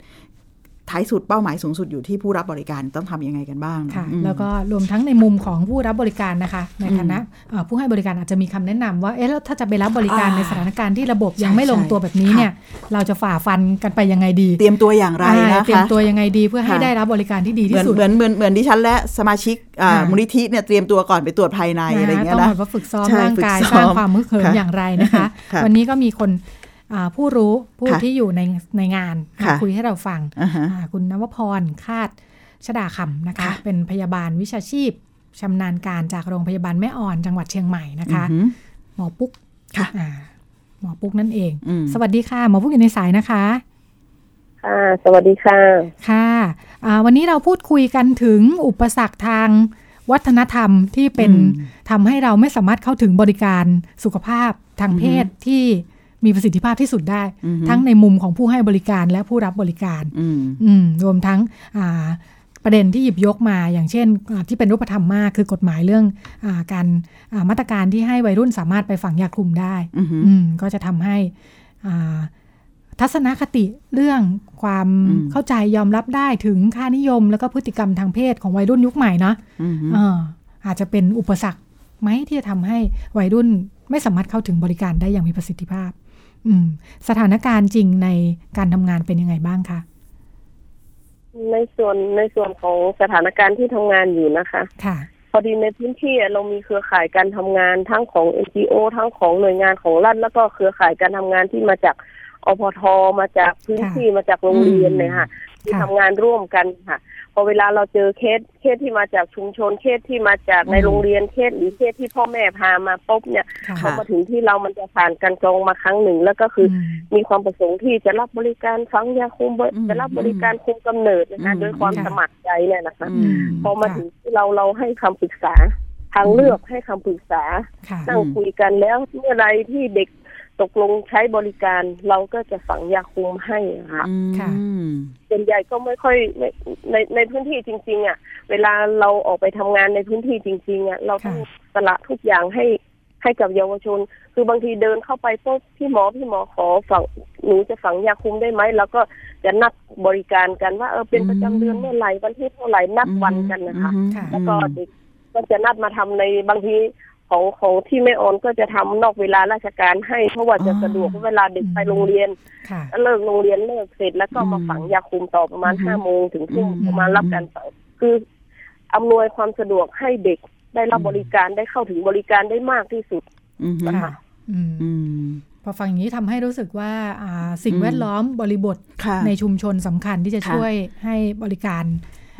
Speaker 3: ท้ายสุดเป้าหมายสูงสุดอยู่ที่ผู้รับบริการต้องทำยังไงกันบ้าง
Speaker 2: ค่ะ
Speaker 3: อืม
Speaker 2: แล้วก็รวมทั้งในมุมของผู้รับบริการนะคะ ใน
Speaker 3: อืม
Speaker 2: ฐานะเอ่อผู้ให้บริการอาจจะมีคำแนะนำว่า เอ๊ะแล้วถ้าจะไปรับบริการ
Speaker 3: อ่า
Speaker 2: ในสถานการณ์ที่ระบบยังไม่
Speaker 3: ใช่
Speaker 2: ลงตัวแบบนี้
Speaker 3: ค่ะ
Speaker 2: เนี่ย เราจะฝ่าฟันกันไปยังไงดี
Speaker 3: เตรียมตัวอย่างไร
Speaker 2: อ่า
Speaker 3: นะ
Speaker 2: เตรียม
Speaker 3: คะ
Speaker 2: ตัวยังไงดีเพื่อให้
Speaker 3: ค่ะ
Speaker 2: ได้รับบริการที่ดี
Speaker 3: เห
Speaker 2: ที่
Speaker 3: มือน
Speaker 2: สุด
Speaker 3: เหมือนเหมือนเหมือนดิฉันและสมาชิกอ่า
Speaker 2: ค่ะ
Speaker 3: มูลนิธิเนี่ยเตรียมตัวก่อนไปตรวจภายในอะไรอย่างเงี้ย
Speaker 2: ต้อ
Speaker 3: นะ
Speaker 2: งมาฝึกซ้อม
Speaker 3: ใช่
Speaker 2: ร่างกาย
Speaker 3: ฝึก
Speaker 2: ส
Speaker 3: ซ้อม
Speaker 2: ร้างความมึกเหิม
Speaker 3: ค่ะ
Speaker 2: อย่างไรนะคะ
Speaker 3: ค่ะ
Speaker 2: วันนี้ก็มีคนอ่าผู้รู้ผู้
Speaker 3: ค่ะ
Speaker 2: ที่อยู่ในในงานมา
Speaker 3: ค่ะ
Speaker 2: คุยให้เราฟัง
Speaker 3: อ่าฮะ
Speaker 2: อ่าคุณนวพรคาดชดาคำนะคะ
Speaker 3: ค่ะ
Speaker 2: เป็นพยาบาลวิชาชีพชำนาญการจากโรงพยาบาลแม่อ่อนจังหวัดเชียงใหม่นะคะ
Speaker 3: อือหือ
Speaker 2: หมอปุ๊ก
Speaker 3: ค่ะ
Speaker 2: อ่าหมอปุ๊กนั่นเอง
Speaker 3: อืม
Speaker 2: สวัสดีค่ะ หมอปุ๊กอยู่ในสายนะคะ
Speaker 4: ค่ะ สวัสดีค่ะ
Speaker 2: ค่ะอ่าวันนี้เราพูดคุยกันถึงอุปสรรคทางวัฒนธรรมที่เป็น
Speaker 3: อืม
Speaker 2: ทำให้เราไม่สามารถเข้าถึงบริการสุขภาพทางเพศที่มีประสิทธิภาพที่สุดได้
Speaker 3: อือฮึ
Speaker 2: ทั้งในมุมของผู้ให้บริการและผู้รับบริการ
Speaker 3: อืม
Speaker 2: อืมรวมทั้งอ่าประเด็นที่หยิบยกมาอย่างเช่นอ่าที่เป็นรูปธรรมมากคือกฎหมายเรื่องอาการอ่ามาตรการที่ให้วัยรุ่นสามารถไปฝังยาคลุมได้
Speaker 3: อือหือ
Speaker 2: อืมก็จะทำให้อ่าทัศนคติเรื่องความ
Speaker 3: อืม
Speaker 2: เข้าใจยอมรับได้ถึงค่านิยม แล้วก็พฤติกรรมทางเพศของวัยรุ่นยุคใหม่เนาะ
Speaker 3: อือหือ
Speaker 2: เอออาจจะเป็นอุปสรรคไหมที่จะทำให้วัยรุ่นไม่สามารถเข้าถึงบริการได้อย่างมีประสิทธิภาพ อืมสถานการณ์จริงในการทำงานเป็นยังไงบ้างคะ
Speaker 4: ในส่วนในส่วนของสถานการณ์ที่ทำงานอยู่นะคะ
Speaker 2: ค่ะ
Speaker 4: พอดีในพื้นที่อะเรามีเครือข่ายการทำงานทั้งของ NGO ทั้งของหน่วยงานของรัฐแล้วก็เครือข่ายการทำงานที่มาจากอพทมาจากพื้น
Speaker 2: ค่ะ
Speaker 4: ที่มาจากโรงเรียน
Speaker 3: อืม
Speaker 4: เนี่ยค่ะที่
Speaker 2: ค่ะ
Speaker 4: ทำงานร่วมกันค่ะ พอเวลาเราเจอเคสเคสที่มาจากชุมชนเคสที่มาจากใน
Speaker 2: อืม
Speaker 4: โรงเรียนเคสหรือเคสที่พ่อแม่พามาปุ๊บเนี่ยพอ
Speaker 2: ค่ะ
Speaker 4: มาถึงที่เรามันจะผ่านการกรองมาครั้งหนึ่งแล้วก็คืออ
Speaker 2: อืม
Speaker 4: มีความประสงค์ที่จะรับบริการฟังยาคุม
Speaker 3: อืม
Speaker 4: จะรับบริการคุมกำเนิดนะคะ
Speaker 3: อืม
Speaker 4: โดยความ
Speaker 2: ค่ะ
Speaker 4: สมัครใจเนี่ยนะคะ
Speaker 3: อืม
Speaker 4: พอมาถึงที่เราเราให้คำปรึกษา ทาง
Speaker 3: อืม
Speaker 4: เลือกให้คำปรึกษา
Speaker 2: ค่ะ
Speaker 4: นั่งคุยกันแล้วเมื่อไรที่เด็กตกลงใช้บริการ เราก็จะฝังยาคุมให้ค่ะ
Speaker 3: อืม
Speaker 2: ค่ะ
Speaker 4: ส่วนใหญ่ก็ไม่ค่อยในในในพื้นที่จริง ๆ อ่ะ เวลาเราออกไปทำงานในพื้นที่จริง ๆ อ่ะ เราต้องสละทุกอย่างให้ให้กับเยาวชน คือบางทีเดินเข้าไปปุ๊บพี่หมอพี่หมอขอฝังหนูจะฝังยาคุมได้ไหมแล้วก็จะนัดบริการกันว่าเออเป็นประจำเดือนเมื่อไหร่วันที่เท่าไหร่นัดวันกันนะคะ
Speaker 3: อืม
Speaker 2: ค่ะ
Speaker 4: แล้วก็เด็กก็จะนัดมาทำในบางทีของของที่แม่ออนก็จะทำนอกเวลาราชการให้เพราะว่าจะสะดวกเพราะเวลาเด็กไปโรงเรียน
Speaker 2: ค่ะ
Speaker 4: เลิกโรงเรียนเลิกเสร็จแล้วก็มาฝังยาคุมต่อประมาณ
Speaker 3: อืม
Speaker 4: ห้าโมงถึงทุ่ม
Speaker 3: อืม
Speaker 4: ประมาณรับการฝังคืออำนวยความสะดวกให้เด็กได้รับ
Speaker 2: อืม
Speaker 4: บริการได้เข้าถึงบริการได้มากที่สุด
Speaker 3: อืม
Speaker 2: ค่ะอืม
Speaker 3: อืม
Speaker 2: พอฟังอย่างนี้ทำให้รู้สึกว่าอ่าสิ่ง
Speaker 3: อืม
Speaker 2: แวดล้อมบริบท
Speaker 3: ค่ะ
Speaker 2: ในชุมชนสำคัญที่จะช่วยให้บริการ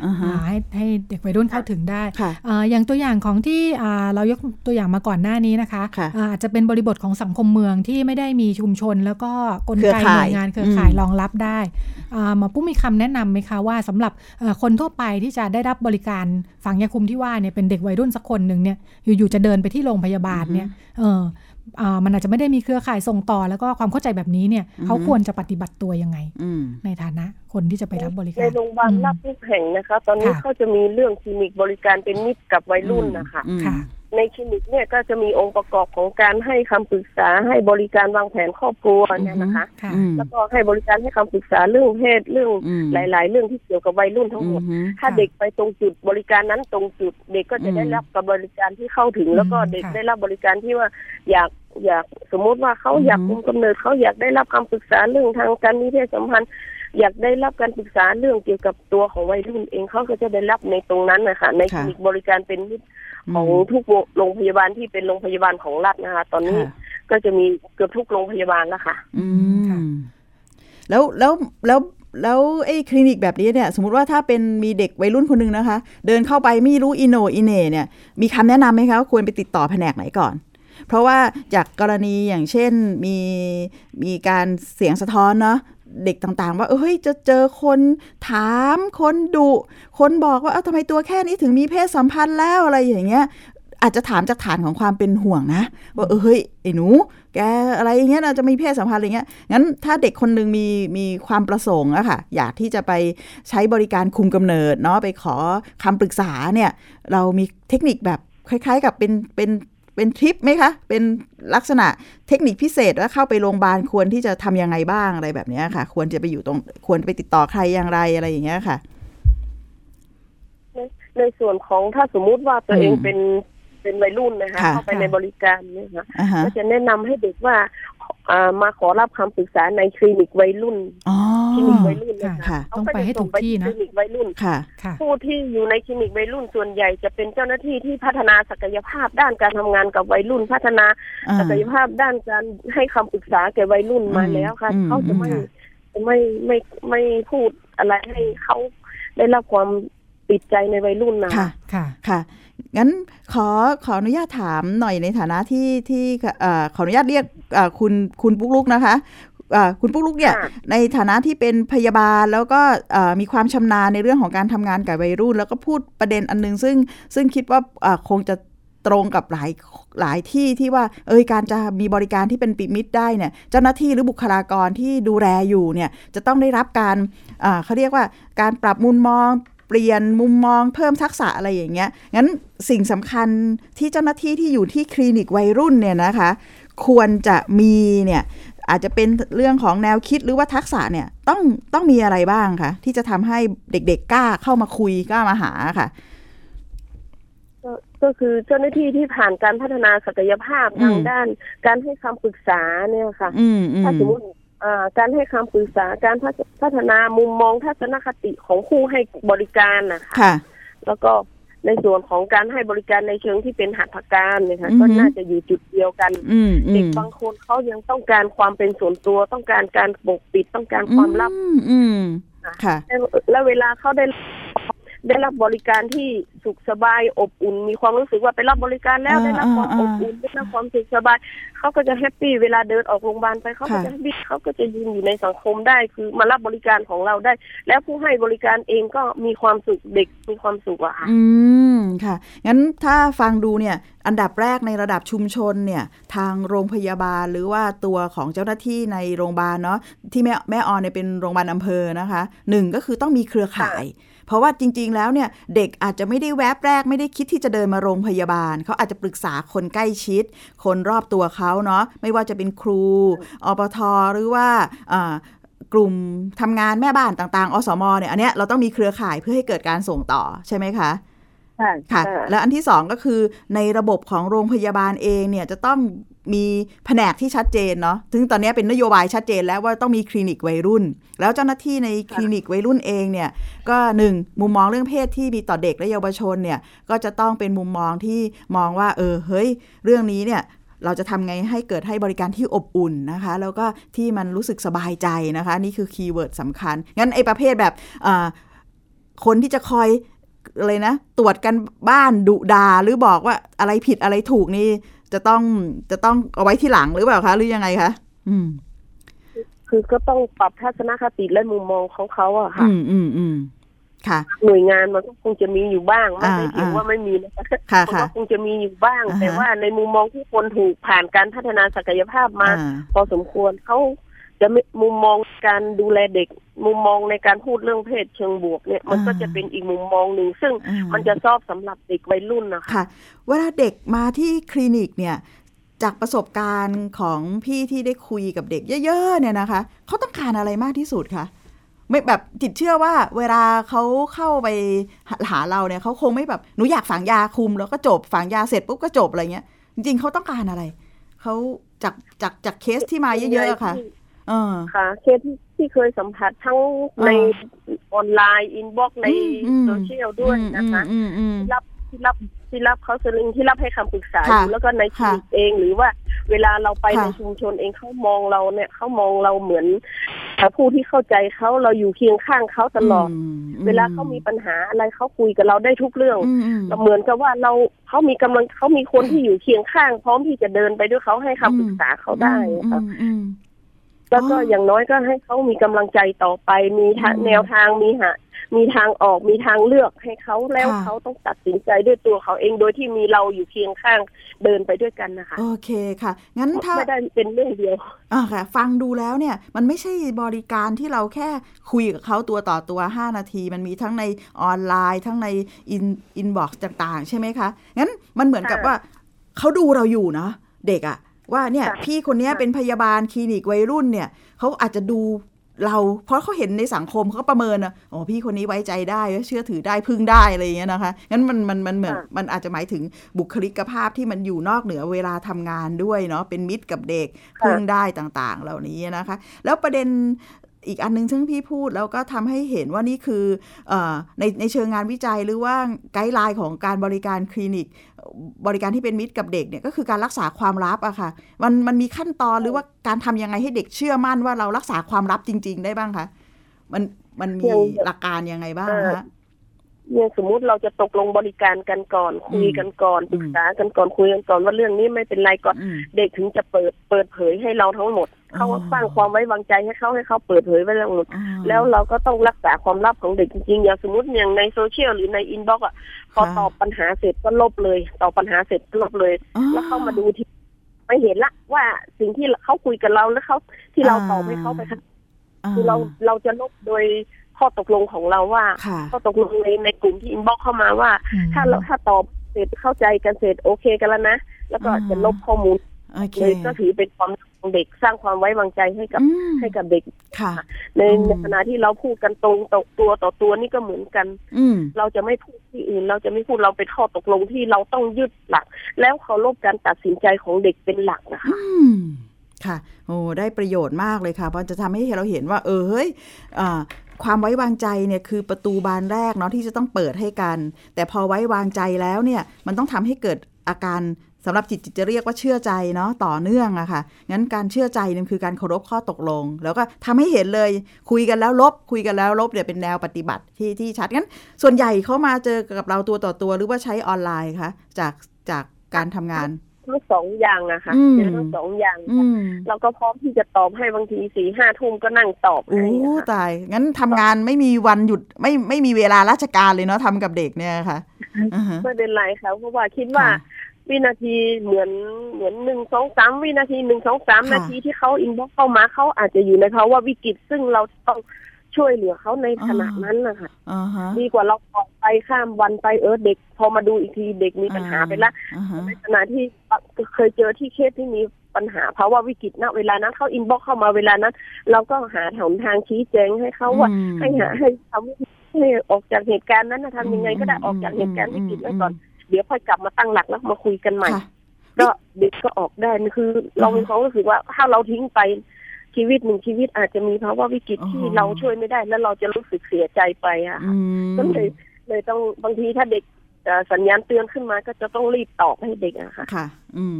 Speaker 3: อ่าฮะ
Speaker 2: อ่าให้ให้เด็กวัยรุ่นเข้าถึงได้
Speaker 3: ค่ะ
Speaker 2: อ่าอย่างตัวอย่างของที่อ่าเรายกตัวอย่างมาก่อนหน้านี้นะคะ
Speaker 3: ค่ะ
Speaker 2: อ่าอาจจะเป็นบริบทของสังคมเมืองที่ไม่ได้มีชุมชน แล้วก็กล
Speaker 3: เครือ
Speaker 2: ไกห
Speaker 3: ข่า
Speaker 2: น่
Speaker 3: ย
Speaker 2: วยงานเครือข่าย
Speaker 3: อืม
Speaker 2: รองรับได้อ่าหมอปุ้มมีคำแนะนำไหมคะว่าสำหรับเอ่อคนทั่วไปที่จะได้รับบริการฝังยาคุมที่ว่าเนี่ยเป็นเด็กวัยรุ่นสักคนหนึ่งเนี่ยอยู่ๆจะเดินไปที่โรงพยาบาลเนี่ย เอออ่ามันอาจจะไม่ได้มีเครือข่ายส่งต่อ แล้วก็ความเข้าใจแบบนี้เนี่ย
Speaker 3: อือฮึ
Speaker 2: เขาควรจะปฏิบัติตัวยังไง
Speaker 3: อืม
Speaker 2: ในฐานะคนที่จะไปรับบริกา
Speaker 4: ใน
Speaker 2: ร
Speaker 4: โรงพยาบาล
Speaker 2: อืม
Speaker 4: รับทุกแห่งนะคะ ตอนนี้
Speaker 2: ค่ะ
Speaker 4: เขาจะมีเรื่องคลินิกบริการเป็นมิตรกับวัยรุ่นนะคะ
Speaker 3: อืม
Speaker 2: ค่ะ
Speaker 4: ในคลินิกเนี่ยก็จะมีองค์ประกอบของการให้คำปรึกษาให้บริการวางแผนครอบครัวเนี่ยนะคะ
Speaker 2: ค่ะ
Speaker 3: อืม
Speaker 4: แล้วก็ให้บริการให้คำปรึกษาเรื่องเพศเรื่อง
Speaker 3: อืม
Speaker 4: หลาย ๆ เรื่องที่เกี่ยวกับวัยรุ่นทั้งหมด ถ้า
Speaker 2: ค่ะ
Speaker 4: เด็กไปตรงจุดบริการนั้นตรงจุด เด็กก็จะ
Speaker 3: อืม
Speaker 4: ได้รับกับบริการที่เข้าถึง
Speaker 2: อืม
Speaker 4: แล้วก็เด็ก
Speaker 2: ค่ะ
Speaker 4: ได้รับบริการที่ว่าอยากอยากสมมุติว่าเขาอยากคุมกำเนิดเขาอยากได้รับคำปรึกษาเรื่องทางการมีเพศสัมพันธ์ อยากได้รับการปรึกษาเรื่องเกี่ยวกับตัวของวัยรุ่นเองเขาก็จะได้รับในตรงนั้นนะคะในคลินิกบริการเป็นมิตรของทุกโรงพยาบาลที่เป็นโรงพยาบาลของรัฐนะคะ ตอนนี้
Speaker 3: ค่ะ
Speaker 4: ก็จะมีเกือบทุกโรงพยาบาลแล้วค่ะ
Speaker 3: อื
Speaker 2: ค่ะ
Speaker 3: มแล้วแล้วแล้วแล้วไอ้คลินิกแบบนี้เนี่ย สมมติว่าถ้าเป็นมีเด็กวัยรุ่นคนหนึ่งนะคะ เดินเข้าไปไม่รู้อิโหนอิเหน่เนี่ย มีคำแนะนำไหมคะว่าควรไปติดต่อแผนกไหนก่อน เพราะว่าจากกรณีอย่างเช่นมีมีการเสียงสะท้อนเนาะเด็กต่างๆ ว่าเอ้ยจะเจอคนถามคนดุคนบอกว่าเอ้าทำไมตัวแค่นี้ถึงมีเพศสัมพันธ์แล้วอะไรอย่างเงี้ย อาจจะถามจากฐานของความเป็นห่วงนะ ว่าเออเฮ้ยไอ้หนู แกอะไรอย่างเงี้ยเราจะมีเพศสัมพันธ์อะไรเงี้ยงั้นถ้าเด็กคนหนึงมีมีความประสงค์อะค่ะ อยากที่จะไปใช้บริการคุมกำเนิดเนาะไปขอคำปรึกษาเนี่ยเรามีเทคนิคแบบคล้ายๆ กับเป็นเป็นเป็นทริปไหมคะ เป็นลักษณะเทคนิคพิเศษว่าเข้าไปโรงพยาบาลควรที่จะทำยังไงบ้างอะไรแบบเนี้ยค่ะ ควรจะไปอยู่ตรงควรไปติดต่อใครอย่างไรอะไรอย่างเงี้ยค่ะ
Speaker 4: ในส่วนของถ้าสมมุติว่าตัวเอง
Speaker 3: อืม
Speaker 4: เป็นเป็นวัยรุ่นนะคะ
Speaker 3: ค่ะ
Speaker 4: เข้าไป
Speaker 2: ค่ะ
Speaker 4: ในบริการเนี่ยค่ะ
Speaker 3: อ่าฮะ
Speaker 4: ก็จะแนะนำให้เด็กว่าเอ่อมาขอรับคำปรึกษาในคลินิกวัยรุ่น
Speaker 3: อ๋อ
Speaker 4: คลินิกวัยรุ่นนะ
Speaker 3: ค่ะ
Speaker 4: คะ
Speaker 2: ต้องไปให้ถูกที่นะ
Speaker 4: เขาจะส่งไปคลินิกวัยรุ่น
Speaker 3: ค่ะ
Speaker 2: ค่ะ
Speaker 4: ผู้ที่อยู่ในคลินิกวัยรุ่นส่วนใหญ่จะเป็นเจ้าหน้าที่ที่พัฒนาศักยภาพด้านการทำงานกับวัยรุ่น พัฒนา
Speaker 3: อ่า
Speaker 4: ศักยภาพด้านการให้คำปรึกษาแก่วัยรุ่นมา
Speaker 3: อืม
Speaker 4: แล้วค่ะ
Speaker 3: อืม
Speaker 4: เขาจะไม่
Speaker 3: ค่ะ
Speaker 4: จะไม่ไม่ไม่พูดอะไรให้เขาได้รับความติดใจในวัยรุ่นนะ
Speaker 3: ค่ะ
Speaker 2: ค่ะ
Speaker 3: ค่ะ งั้นขอขออนุญาตถามหน่อยในฐานะที่ที่เอ่อขออนุญาตเรียกเอ่อคุณคุณปุ๊กลุกนะคะเอ่อคุณปุ๊กลุกเนี่ย
Speaker 4: ค่ะ
Speaker 3: ในฐานะที่เป็นพยาบาลแล้วก็เอ่อมีความชำนาญในเรื่องของการทำงานกับวัยรุ่น แล้วก็พูดประเด็นอันนึง ซึ่งซึ่งคิดว่าเอ่อคงจะตรงกับหลายหลายที่ที่ว่าเอยการจะมีบริการที่เป็นปิดมิตรได้เนี่ยเจ้าหน้าที่หรือบุคลากรที่ดูแลอยู่เนี่ยจะต้องได้รับการ อ่าเขาเรียกว่าการปรับมุมมอง เปลี่ยนมุมมองเพิ่มทักษะอะไรอย่างเงี้ยงั้นสิ่งสำคัญที่เจ้าหน้าที่ที่อยู่ที่คลินิกวัยรุ่นเนี่ยนะคะ ควรจะมีเนี่ยอาจจะเป็นเรื่องของแนวคิดหรือว่าทักษะเนี่ยต้องต้องมีอะไรบ้างคะที่จะทำให้เด็กๆกล้าเข้ามาคุยกล้ามาหาค่ะ
Speaker 4: ก็ก็คือเจ้าหน้าที่ที่ผ่านการพัฒนาศักยภาพ
Speaker 3: อืม
Speaker 4: ทางด้าน การให้คำปรึกษาเนี่ยค่ะ
Speaker 3: อืมอืม
Speaker 4: ถ้าสมมติอ่าการให้คำปรึกษาการพัฒพัฒนามุมมองทัศนคติของผู้ให้บริการนะคะ
Speaker 3: ค่ะ
Speaker 4: แล้วก็ในส่วนของการให้บริการในเชิงที่เป็นหัตถการเนี่ยค่ะ
Speaker 3: อือฮึ
Speaker 4: ก็น่าจะอยู่จุดเดียวกัน
Speaker 3: อืมอืม
Speaker 4: เด็กบางคนเขายังต้องการความเป็นส่วนตัวต้องการการปกปิดต้องการความลับ
Speaker 3: อืมอืมค่ะ
Speaker 4: แล้วแล้วเวลาเขาได้ได้รับบริการที่สุขสบายอบอุ่น มีความรู้สึกว่าไปรับบริการแล้ว
Speaker 3: อ่า
Speaker 4: ได้รับความ
Speaker 3: อ่า
Speaker 4: อบอุ่นได้รับความสุขสบายเขาก็จะแฮปปี้เวลาเดินออกโรงพยาบาลไปเขาก็
Speaker 3: ค่ะ
Speaker 4: จะแฮปปี้เขาก็จะยืนอยู่ในสังคมได้คือมารับบริการของเราได้ แล้วผู้ให้บริการเองก็มีความสุขเด็กมีความสุขอะค่ะ
Speaker 3: อืม ค่ะ งั้นถ้าฟังดูเนี่ย อันดับแรกในระดับชุมชนเนี่ย ทางโรงพยาบาลหรือว่าตัวของเจ้าหน้าที่ในโรงพยาบาลเนาะที่แม่แม่ออนเนี่ยเป็นโรงพยาบาลอำเภอนะคะหนึ่งก็คือต้องมีเครือข่าย เพราะว่าจริง ๆ แล้วเนี่ย เด็กอาจจะไม่ได้แวบแรกไม่ได้คิดที่จะเดินมาโรงพยาบาล เขาอาจจะปรึกษาคนใกล้ชิด คนรอบตัวเขาเนาะไม่ว่าจะเป็นครูอปทหรือว่าอ่ากลุ่มทำงานแม่บ้านต่างๆ อสมเนี่ยอันเนี้ยเราต้องมีเครือข่ายเพื่อให้เกิดการส่งต่อใช่ไหมคะ ค่ะแล้วอันที่สองก็คือในระบบของโรงพยาบาลเองเนี่ยจะต้องมีแผนกที่ชัดเจนเนาะถึงตอนนี้เป็นนโยบายชัดเจนแล้วว่าต้องมีคลินิกวัยรุ่น แล้วเจ้าหน้าที่ในคลินิกวัยรุ่นเองเนี่ยก็หนึ่งมุมมองเรื่องเพศที่มีต่อเด็กและเยาวชนเนี่ยก็จะต้องเป็นมุมมองที่มองว่าเออเฮ้ย เรื่องนี้เนี่ยเราจะทำไงให้เกิดให้บริการที่อบอุ่นนะคะ แล้วก็ที่มันรู้สึกสบายใจนะคะ นี่คือคีย์เวิร์ดสำคัญ งั้นไอ้ประเภทแบบเอ่อคนที่จะคอย อะไรนะตรวจกันบ้านดุดาหรือบอกว่าอะไรผิดอะไรถูกนี่จะต้องจะต้องเอาไว้ที่หลังหรือเปล่าคะหรือยังไงคะอืม
Speaker 4: คือก็ต้องปรับทัศนคติและมุมมองของเขาอะค่ะ
Speaker 3: อืมอืมอืมค่ะ
Speaker 4: หน่วยงานมันก็คงจะมีอยู่บ้างไม่ได้
Speaker 3: อ่า
Speaker 4: ถึง
Speaker 3: อ่า
Speaker 4: ว่าไม่มีนะคะ
Speaker 3: ค่ะ
Speaker 4: มัน
Speaker 3: ค่ะ
Speaker 4: ก็คงจะมีอยู่บ้าง
Speaker 3: อ่าฮะ
Speaker 4: แต่ว่าในมุมมองผู้คนถูกผ่านการพัฒนาศักยภาพมา
Speaker 3: อ่า
Speaker 4: พอสมควรเขาจะไม่มุมมองการดูแลเด็ก มุมมองในการพูดเรื่องเพศเชิงบวกเนี่ย มัน
Speaker 3: อ่า
Speaker 4: ก็จะเป็นอีกมุมมองหนึ่ง ซึ่ง
Speaker 3: อ่า
Speaker 4: มันจะชอบสำหรับเด็กวัยรุ่นนะคะ
Speaker 3: ค่ะเวลาเด็กมาที่คลินิกเนี่ยจากประสบการณ์ของพี่ที่ได้คุยกับเด็กเยอะๆเนี่ยนะคะเขาต้องการอะไรมากที่สุดคะไม่แบบจิตเชื่อว่าเวลาเขาเข้าไปหาเราเนี่ยเขาคงไม่แบบหนูอยากฝังยาคุมแล้วก็จบฝังยาเสร็จปุ๊บก็จบอะไรเงี้ยจริงๆเขาต้องการอะไรเขาจากจากจากเคสที่มาเยอะๆอะค่ะ เออ
Speaker 4: ค่ะเคสที่ที่เคยสัมผัสทั้งใน
Speaker 3: อ่
Speaker 4: ออนไลน์อินบ็อกใน
Speaker 3: อืมอืม
Speaker 4: โซเชียลด้วยนะคะ
Speaker 3: อืมอืมอืม
Speaker 4: ที่รับที่รับที่รับเขาสลิงที่รับให้คำปรึกษาอ
Speaker 3: ค่ะ
Speaker 4: ยู่แล้วก็ในคลินิกเองหรือว่าเวลาเราไป
Speaker 3: ค่ะ
Speaker 4: ในชุมชนเองเขามองเราเนี่ยเขามองเราเหมือนเอ่อผู้ที่เข้าใจเขาเราอยู่เคียงข้างเขาตลอด
Speaker 3: ม
Speaker 4: เวลาเขามีปัญหาอะไรเขาคุยกับเราได้ทุกเรื่อง
Speaker 3: อืมอืม
Speaker 4: เราเหมือนกับว่าเราเขามีกำลังเขามีคนที่อยู่เคียงข้าง พร้อมที่จะเดินไปด้วยเขาให้คำปรึกษาเขาได้
Speaker 3: อืม
Speaker 4: ค่ะ
Speaker 3: อืมอืม
Speaker 4: แล้วก็
Speaker 3: อ๋อ
Speaker 4: อ
Speaker 3: อ
Speaker 4: ย่างน้อยก็ให้เขามีกำลังใจต่อไป มีทาง
Speaker 2: อืม
Speaker 4: แนวทางมีหามีทางออกมีทางเลือกให้เขาแล้ว
Speaker 3: ค่ะ
Speaker 4: เขาต้องตัดสินใจด้วยตัวเขาเองโดยที่มีเราอยู่เคียงข้างเดินไปด้วยกันนะคะ
Speaker 3: โอเคค่ะ งั้นถ้า
Speaker 4: ไม่ได้เป็นเรื่องเดียว
Speaker 3: อ่าค่ะฟังดูแล้วเนี่ยมันไม่ใช่บริการที่เราแค่คุยกับเขาตัวต่อตัว 5 นาที มันมีทั้งในออนไลน์ ทั้งในอินอินบ็อกซ์ต่างๆ ใช่ไหมคะ งั้นมันเหมือนกับ
Speaker 4: ค่ะ
Speaker 3: ว่าเขาดูเราอยู่เนาะเด็กอะว่าเนี่ย
Speaker 4: ค่ะ
Speaker 3: พี่คนเนี้ย
Speaker 4: ค่ะ
Speaker 3: เป็นพยาบาลคลินิกวัยรุ่นเนี่ยเขาอาจจะดูเราเพราะเขาเห็นในสังคมเขาก็ประเมินอะอ๋อพี่คนนี้ไว้ใจได้เชื่อถือได้พึ่งได้อะไรอย่างเงี้ยนะคะงั้นมันมันมันเหมือน
Speaker 4: ค่ะ
Speaker 3: มันอาจจะหมายถึงบุคลิกภาพที่มันอยู่นอกเหนือเวลาทำงานด้วยเนาะเป็นมิตรกับเด็ก
Speaker 4: ค่ะ
Speaker 3: พึ่งได้ต่างๆ เหล่านี้นะคะ แล้วประเด็นอีกอันหนึงซึ่งพี่พูดแล้วก็ทำให้เห็นว่านี่คือเออในในเชิงงานวิจัยหรือว่าไกด์ไลน์ของการบริการคลินิก บริการที่เป็นมิตรกับเด็กเนี่ยก็คือการรักษาความลับอะค่ะมันมันมีขั้นตอนหรือว่าการทำยังไงให้เด็กเชื่อมั่นว่าเรารักษาความลับจริง ๆ ได้บ้างคะมันมันมีหลักการยังไงบ้างคะ
Speaker 4: เนี่ยสมมุติเราจะตกลงบริการกันก่อน คุยกันก่อน
Speaker 3: อืม
Speaker 4: ปรึกษากันก่อนคุยกันก่อนว่าเรื่องนี้ไม่เป็นไรก่อน
Speaker 3: อืม
Speaker 4: เด็กถึงจะเปิดเปิดเผยให้เราทั้งหมด เขา
Speaker 3: อ๋อ
Speaker 4: สร้างความไว้วางใจให้เขาให้เขาเปิดเผยไว้ทั้งหมด
Speaker 3: อ่า
Speaker 4: แล้วเราก็ต้องรักษาความลับของเด็กจริงๆอย่างสมมติอย่างในโซเชียลหรือในอินบ็อกซ์อ่ะพอ
Speaker 3: ค่ะ
Speaker 4: ตอบปัญหาเสร็จก็ลบเลยตอบปัญหาเสร็จก็ลบเลย
Speaker 3: อ๋อ
Speaker 4: แล้วเข้ามาดูที่ไม่เห็นละว่าสิ่งที่เขาคุยกับเราแล้วเขาที่เราตอบให้เขาไปค่ะคือเราเราจะลบโดยข้อตกลงของเราว่า
Speaker 3: ค่ะ
Speaker 4: ข้อตกลงในในกลุ่มที่อินบ็อกซ์เข้ามาว่า
Speaker 2: อืม
Speaker 4: ถ้าเราถ้าตอบเสร็จเข้าใจกันเสร็จโอเคกันแล้วนะแล้วก็จะลบข้อมูล
Speaker 3: โอเค
Speaker 4: เลยก็ถือเป็นความรักของเด็กสร้างความไว้วางใจให้กับ
Speaker 3: อืม
Speaker 4: ให้กับเด็ก
Speaker 3: ค่ะ
Speaker 4: ใน
Speaker 3: อืม
Speaker 4: ในขณะที่เราพูดกันตรงต่อตัวต่อตัวนี่ก็เหมือนกัน
Speaker 3: อืม
Speaker 4: เราจะไม่พูดที่อื่น เราจะไม่พูดเราเป็นข้อตกลงที่เราต้องยึดหลัก แล้วเคารพการตัดสินใจของเด็กเป็นหลักนะคะ
Speaker 3: อืม ค่ะ โอ้ได้ประโยชน์มากเลยค่ะ เพราะจะทำให้เราเห็นว่า เออเฮ้ยอ่าความไว้วางใจเนี่ยคือประตูบานแรกเนาะที่จะต้องเปิดให้กัน แต่พอไว้วางใจแล้วเนี่ย มันต้องทำให้เกิดอาการสำหรับจิตจิตจะเรียกว่าเชื่อใจเนาะต่อเนื่องอะค่ะ งั้นการเชื่อใจเนี่ยคือการเคารพข้อตกลง แล้วก็ทำให้เห็นเลย คุยกันแล้วลบ คุยกันแล้วลบเนี่ยเป็นแนวปฏิบัติที่ที่ชัดงั้น ส่วนใหญ่เขามาเจอกับเราตัวต่อตัวหรือว่าใช้ออนไลน์คะจากจากการทำงาน
Speaker 4: ทั้งสองอย่างนะคะ
Speaker 3: อืม
Speaker 4: เจอทั้งสองอย่าง
Speaker 3: อืม
Speaker 4: เราก็พร้อมที่จะตอบให้บางทีสี่ห้าทุ่มก็นั่งตอบให้
Speaker 3: โอ้
Speaker 4: นะคะ
Speaker 3: ตาย งั้นทำงานไม่มีวันหยุดไม่ไม่มีเวลาราชการเลยเนาะทำกับเด็กเนี่ยค่ะอ่าฮะ
Speaker 4: ไม่เป็นไรค่ะเพราะว่าคิดว่า
Speaker 3: ค่ะ
Speaker 4: วินาทีเหมือนเหมือนหนึ่งสองสามวินาทีหนึ่งสองสาม
Speaker 3: ค่ะ
Speaker 4: นาทีที่เขาอินบ็อกเข้ามาเขาอาจจะอยู่ในภาวะวิกฤตซึ่งเราต้องช่วยเหลือเขาใน
Speaker 3: อ่า
Speaker 4: ขณะนั้นนะคะ
Speaker 3: อ่าฮะ
Speaker 4: ดีกว่าเราออกไปข้ามวันไปเออเด็ก พอมาดูอีกทีเด็กมีปัญหาไปละ
Speaker 3: อ่าฮะ
Speaker 4: ในขณะที่เคยเจอที่เคสที่มีปัญหาภาวะวิกฤตณเวลานั้นเขาอินบ็อกเข้ามาเวลานั้น เราก็หาหนทางชี้แจงให้เขาว่า
Speaker 3: อืม
Speaker 4: ให้หาให้ทำให้ออกจากเหตุการณ์นั้นนะทำยังไงก็ได้ออกจากเหตุการณ์วิกฤตนั้นก่อน เดี๋ยวค่อยกลับมาตั้งหลักแล้วมาคุยกันใหม่
Speaker 3: ค่ะ
Speaker 4: ก็เด็กก็ออกได้มันคือ เรามีความรู้สึกว่าถ้าเราทิ้งไปชีวิตหนึ่งชีวิตอาจจะมีภาวะวิกฤต
Speaker 3: อ๋อ
Speaker 4: ที่เราช่วยไม่ได้ แล้วเราจะรู้สึกเสียใจไปอะ
Speaker 3: อืม
Speaker 4: ค่ะก็เลยเลยต้องบางทีถ้าเด็กเอ่อสัญญาณเตือนขึ้นมาก็จะต้องรีบตอบให้เด็กอะค่ะ
Speaker 3: ค่ะ อืม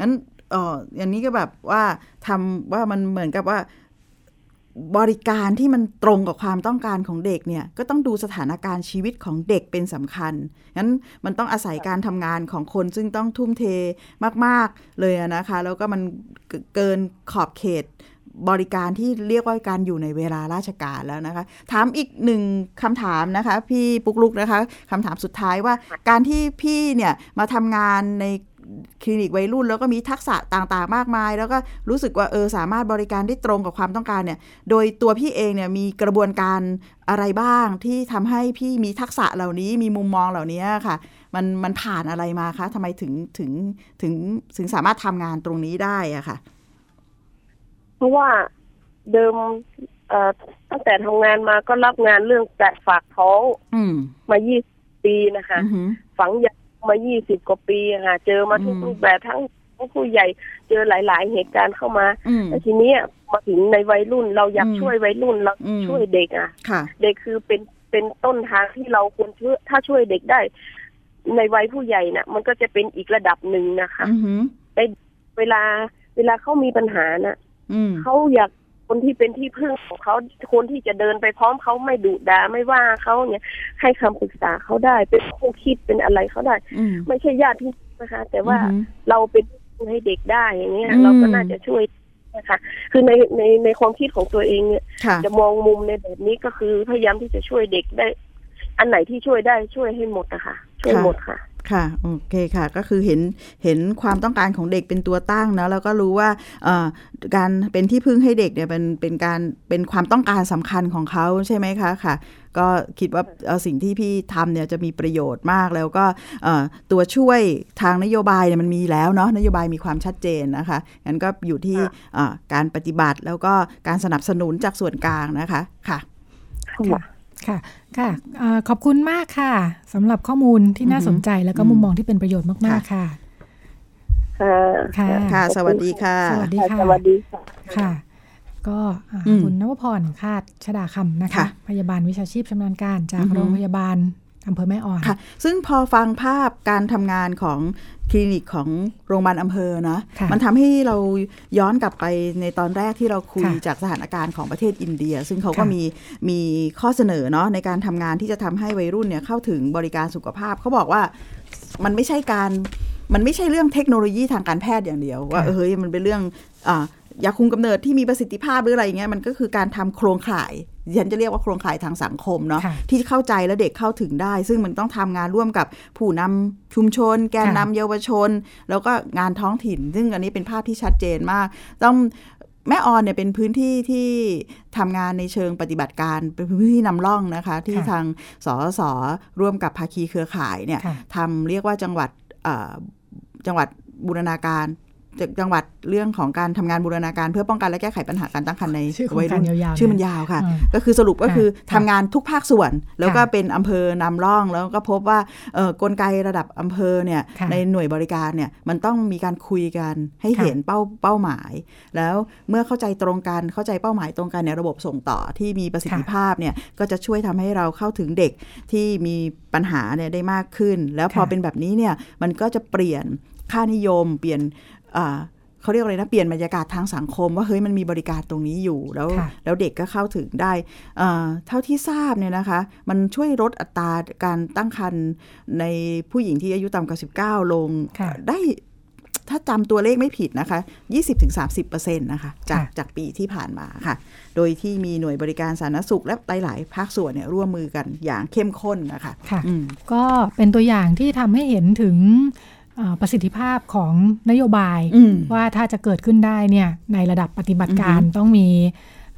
Speaker 3: งั้นเอ่ออย่างนี้ก็แบบว่าทำว่ามันเหมือนกับว่า บริการที่มันตรงกับความต้องการของเด็กเนี่ย ก็ต้องดูสถานการณ์ชีวิตของเด็กเป็นสำคัญ งั้นมันต้องอาศัยการทำงานของคนซึ่งต้องทุ่มเทมาก ๆ เลยอะนะคะ แล้วก็มันเกเกินขอบเขตบริการที่เรียกว่าการอยู่ในเวลาราชการแล้วนะคะ ถามอีกหนึ่งคำถามนะคะ พี่ปุ๊กลุกนะคะคำถามสุดท้ายว่า การที่พี่เนี่ยมาทำงานในคลินิกวัยรุ่น แล้วก็มีทักษะต่างๆ มากมาย แล้วก็รู้สึกว่าเออสามารถบริการได้ตรงกับความต้องการเนี่ย โดยตัวพี่เองเนี่ยมีกระบวนการอะไรบ้างที่ทำให้พี่มีทักษะเหล่านี้มีมุมมองเหล่านี้ค่ะ มันมันผ่านอะไรมาคะทำไมถึงถึงถึงถึงสามารถทำงานตรงนี้ได้อะค่ะ
Speaker 4: เพราะว่าเดิมเอ่อตั้งแต่ทำงานมาก็รับงานเรื่องแตะฝากท้อง
Speaker 3: อืม
Speaker 4: มา20ปีนะคะ
Speaker 3: อือหือ
Speaker 4: ฝังยามา 20 กว่าปีอะค่ะ เจอมาทุก
Speaker 3: อืม
Speaker 4: รูปแบบทั้งผู้ใหญ่ เจอหลาย ๆ เหตุการณ์เข้ามา
Speaker 3: อืม
Speaker 4: แล้วทีเนี้ยมาถึงในวัยรุ่นเราอยาก
Speaker 3: อืม
Speaker 4: ช่วยวัยรุ่นเรา
Speaker 3: อืม
Speaker 4: ช่วยเด็กอ่ะ
Speaker 3: ค่ะ
Speaker 4: เด็กคือเป็นเป็นต้นทางที่เราควรช่วยถ้าช่วยเด็กได้ ในวัยผู้ใหญ่น่ะ มันก็จะเป็นอีกระดับหนึ่งนะคะ
Speaker 3: อือหือ
Speaker 4: เวลาเวลาเขามีปัญหาน่ะ
Speaker 3: อืม
Speaker 4: เขาอยากคนที่เป็นที่พึ่งของเขาคนที่จะเดินไปพร้อมเขาไม่ดุดาไม่ว่าเขาเนี่ยให้คำปรึกษาเขาได้เป็นคู่คิดเป็นอะไรเขาได้
Speaker 3: อืม
Speaker 4: ไม่ใช่ญาติพี่น้องนะคะ แต่ว่า
Speaker 3: อือหือ
Speaker 4: เราเป็นผู้ให้เด็กได้อย่างเงี้ย
Speaker 3: อืม
Speaker 4: เราก็น่าจะช่วย นะคะคือในในในความคิดของตัวเองเนี่ย
Speaker 3: ค่ะ
Speaker 4: จะมองมุมในแบบนี้ก็คือพยายามที่จะช่วยเด็กได้ อันไหนที่ช่วยได้ช่วยให้หมดนะคะช่วย
Speaker 3: ค่ะ
Speaker 4: หมดค่ะ
Speaker 3: ค่ะโอเคค่ะก็คือเห็นเห็นความต้องการของเด็กเป็นตัวตั้งนะแล้วก็รู้ว่าเอ่อการเป็นที่พึ่งให้เด็กเนี่ยเป็นเป็นการเป็นความต้องการสำคัญของเขาใช่ไหมคะค่ะ ก็คิดว่าเอ่อสิ่งที่พี่ทำเนี่ยจะมีประโยชน์มากแล้วก็เอ่อตัวช่วยทางนโยบายเนี่ยมันมีแล้วเนาะนโยบายมีความชัดเจนนะคะงั้นก็อยู่ที่
Speaker 4: ค่ะ
Speaker 3: เอ่อการปฏิบัติแล้วก็การสนับสนุนจากส่วนกลางนะคะค่ะ
Speaker 2: ค่ะ ค่ะค่ะเอ่อขอบคุณมากค่ะสำหรับข้อมูลที่น่าสนใจแล้วก็มุมมองที่เป็นประโยชน์มากๆค่ะ
Speaker 4: ค่ะ
Speaker 2: ค่ะ
Speaker 3: ค่ะ สวัสดีค่ะ
Speaker 2: สวัสดีค่ะ
Speaker 4: สวัสดีค่ะ
Speaker 2: ค่ะ ก็อ่า
Speaker 3: อืม
Speaker 2: คุณนวพรคาดชดาคำนะคะ
Speaker 3: ค่ะ
Speaker 2: พยาบาลวิชาชีพชำนาญการจาก
Speaker 3: อือฮึ
Speaker 2: โรงพยาบาลอำเภอแม่อ่อน
Speaker 3: ค่ะ ซึ่งพอฟังภาพการทำงานของคลินิกของโรงพยาบาลอำเภอนะ
Speaker 2: ค่ะ
Speaker 3: มันทำให้เราย้อนกลับไปในตอนแรกที่เราคุย
Speaker 2: ค่ะ
Speaker 3: จากสถานการณ์ของประเทศอินเดีย ซึ่งเขาก็
Speaker 2: ค่ะ
Speaker 3: มีมีข้อเสนอเนาะในการทำงานที่จะทำให้วัยรุ่นเนี่ยเข้าถึงบริการสุขภาพ เขาบอกว่ามันไม่ใช่การมันไม่ใช่เรื่องเทคโนโลยีทางการแพทย์อย่างเดียว ว่า
Speaker 2: ค่ะ
Speaker 3: เฮ้ยมันเป็นเรื่องอายาคุมกำเนิดที่มีประสิทธิภาพหรืออะไรเงี้ยมันก็คือการทำโครงข่ายดิฉันจะเรียกว่าโครงข่ายทางสังคมเนาะ
Speaker 2: ค่ะ
Speaker 3: ที่เข้าใจและเด็กเข้าถึงได้ ซึ่งมันต้องทำงานร่วมกับผู้นำชุมชน แกนนำ
Speaker 2: ค่ะ
Speaker 3: เยาวชน แล้วก็งานท้องถิ่น ซึ่งอันนี้เป็นภาพที่ชัดเจนมาก ต้องแม่ออนเนี่ยเป็นพื้นที่ที่ทำงานในเชิงปฏิบัติการเป็นพื้นที่นำร่องนะคะ ที่
Speaker 2: ค่ะ
Speaker 3: ทางสสร่วมกับภาคีเครือข่ายเนี่ย
Speaker 2: ค่ะ
Speaker 3: ทำเรียกว่าจังหวัดเอ่อจังหวัดบูรณาการจังจังหวัดเรื่องของการทำงานบูรณาการ เพื่อป้องกันและแก้ไขปัญหาการตั้งครรภ์ใน
Speaker 2: ชื่อโครง
Speaker 3: วัย
Speaker 2: การ
Speaker 3: รุ่น
Speaker 2: ยาวๆ
Speaker 3: ชื่อมัน
Speaker 2: เนี่ย
Speaker 3: ยาวค่ะ
Speaker 2: อ่า
Speaker 3: ก็คือสรุปก็
Speaker 2: ค่ะ
Speaker 3: คือ
Speaker 2: ค่ะ
Speaker 3: ทำงานทุกภาคส่วน แล้วก็
Speaker 2: ค่ะ
Speaker 3: เป็นอำเภอนำร่องแล้วก็พบว่าเอ่อกลไกระดับอำเภอเนี่ย
Speaker 2: ค่ะ
Speaker 3: ในหน่วยบริการเนี่ยมันต้องมีการคุยกันให้
Speaker 2: ค่ะ
Speaker 3: เห็นเป้าเป้าหมาย แล้วเมื่อเข้าใจตรงกันเข้าใจเป้าหมายตรงกันในยระบบส่งต่อที่มีประสิทธิ
Speaker 2: ค่ะ
Speaker 3: ภาพเนี่ยก็จะช่วยทำให้เราเข้าถึงเด็กที่มีปัญหาเนี่ยได้มากขึ้น แล้วพอ
Speaker 2: ค่ะ
Speaker 3: เป็นแบบนี้เนี่ยมันก็จะเปลี่ยนค่านิยม เปลี่ยนอ่า เขาเรียกอะไรนะเปลี่ยนบรรยากาศทางสังคม ว่าเฮ้ยมันมีบริการตรงนี้อยู่แล้ว
Speaker 2: ค่ะ
Speaker 3: แล้วเด็กก็เข้าถึงได้เอ่อเท่าที่ทราบเนี่ยนะคะ มันช่วยลดอัตราการตั้งครรภ์ในผู้หญิงที่อายุต่ำกว่า 19 ลง
Speaker 2: ค่ะ
Speaker 3: ได้ถ้าจำตัวเลขไม่ผิดนะคะ 20-30%นะคะจากจากปีที่ผ่านมาค่ะ โดยที่มีหน่วยบริการสาธารณสุขและหลายๆภาคส่วนเนี่ยร่วมมือกันอย่างเข้มข้นนะคะ
Speaker 2: ค่ะ
Speaker 3: อืม
Speaker 2: ก็เป็นตัวอย่างที่ทำให้เห็นถึงเอ่อประสิทธิภาพของนโยบาย
Speaker 3: อืม
Speaker 2: ว่าถ้าจะเกิดขึ้นได้เนี่ยในระดับปฏิบัติการ
Speaker 3: อือฮึ
Speaker 2: ต้องมี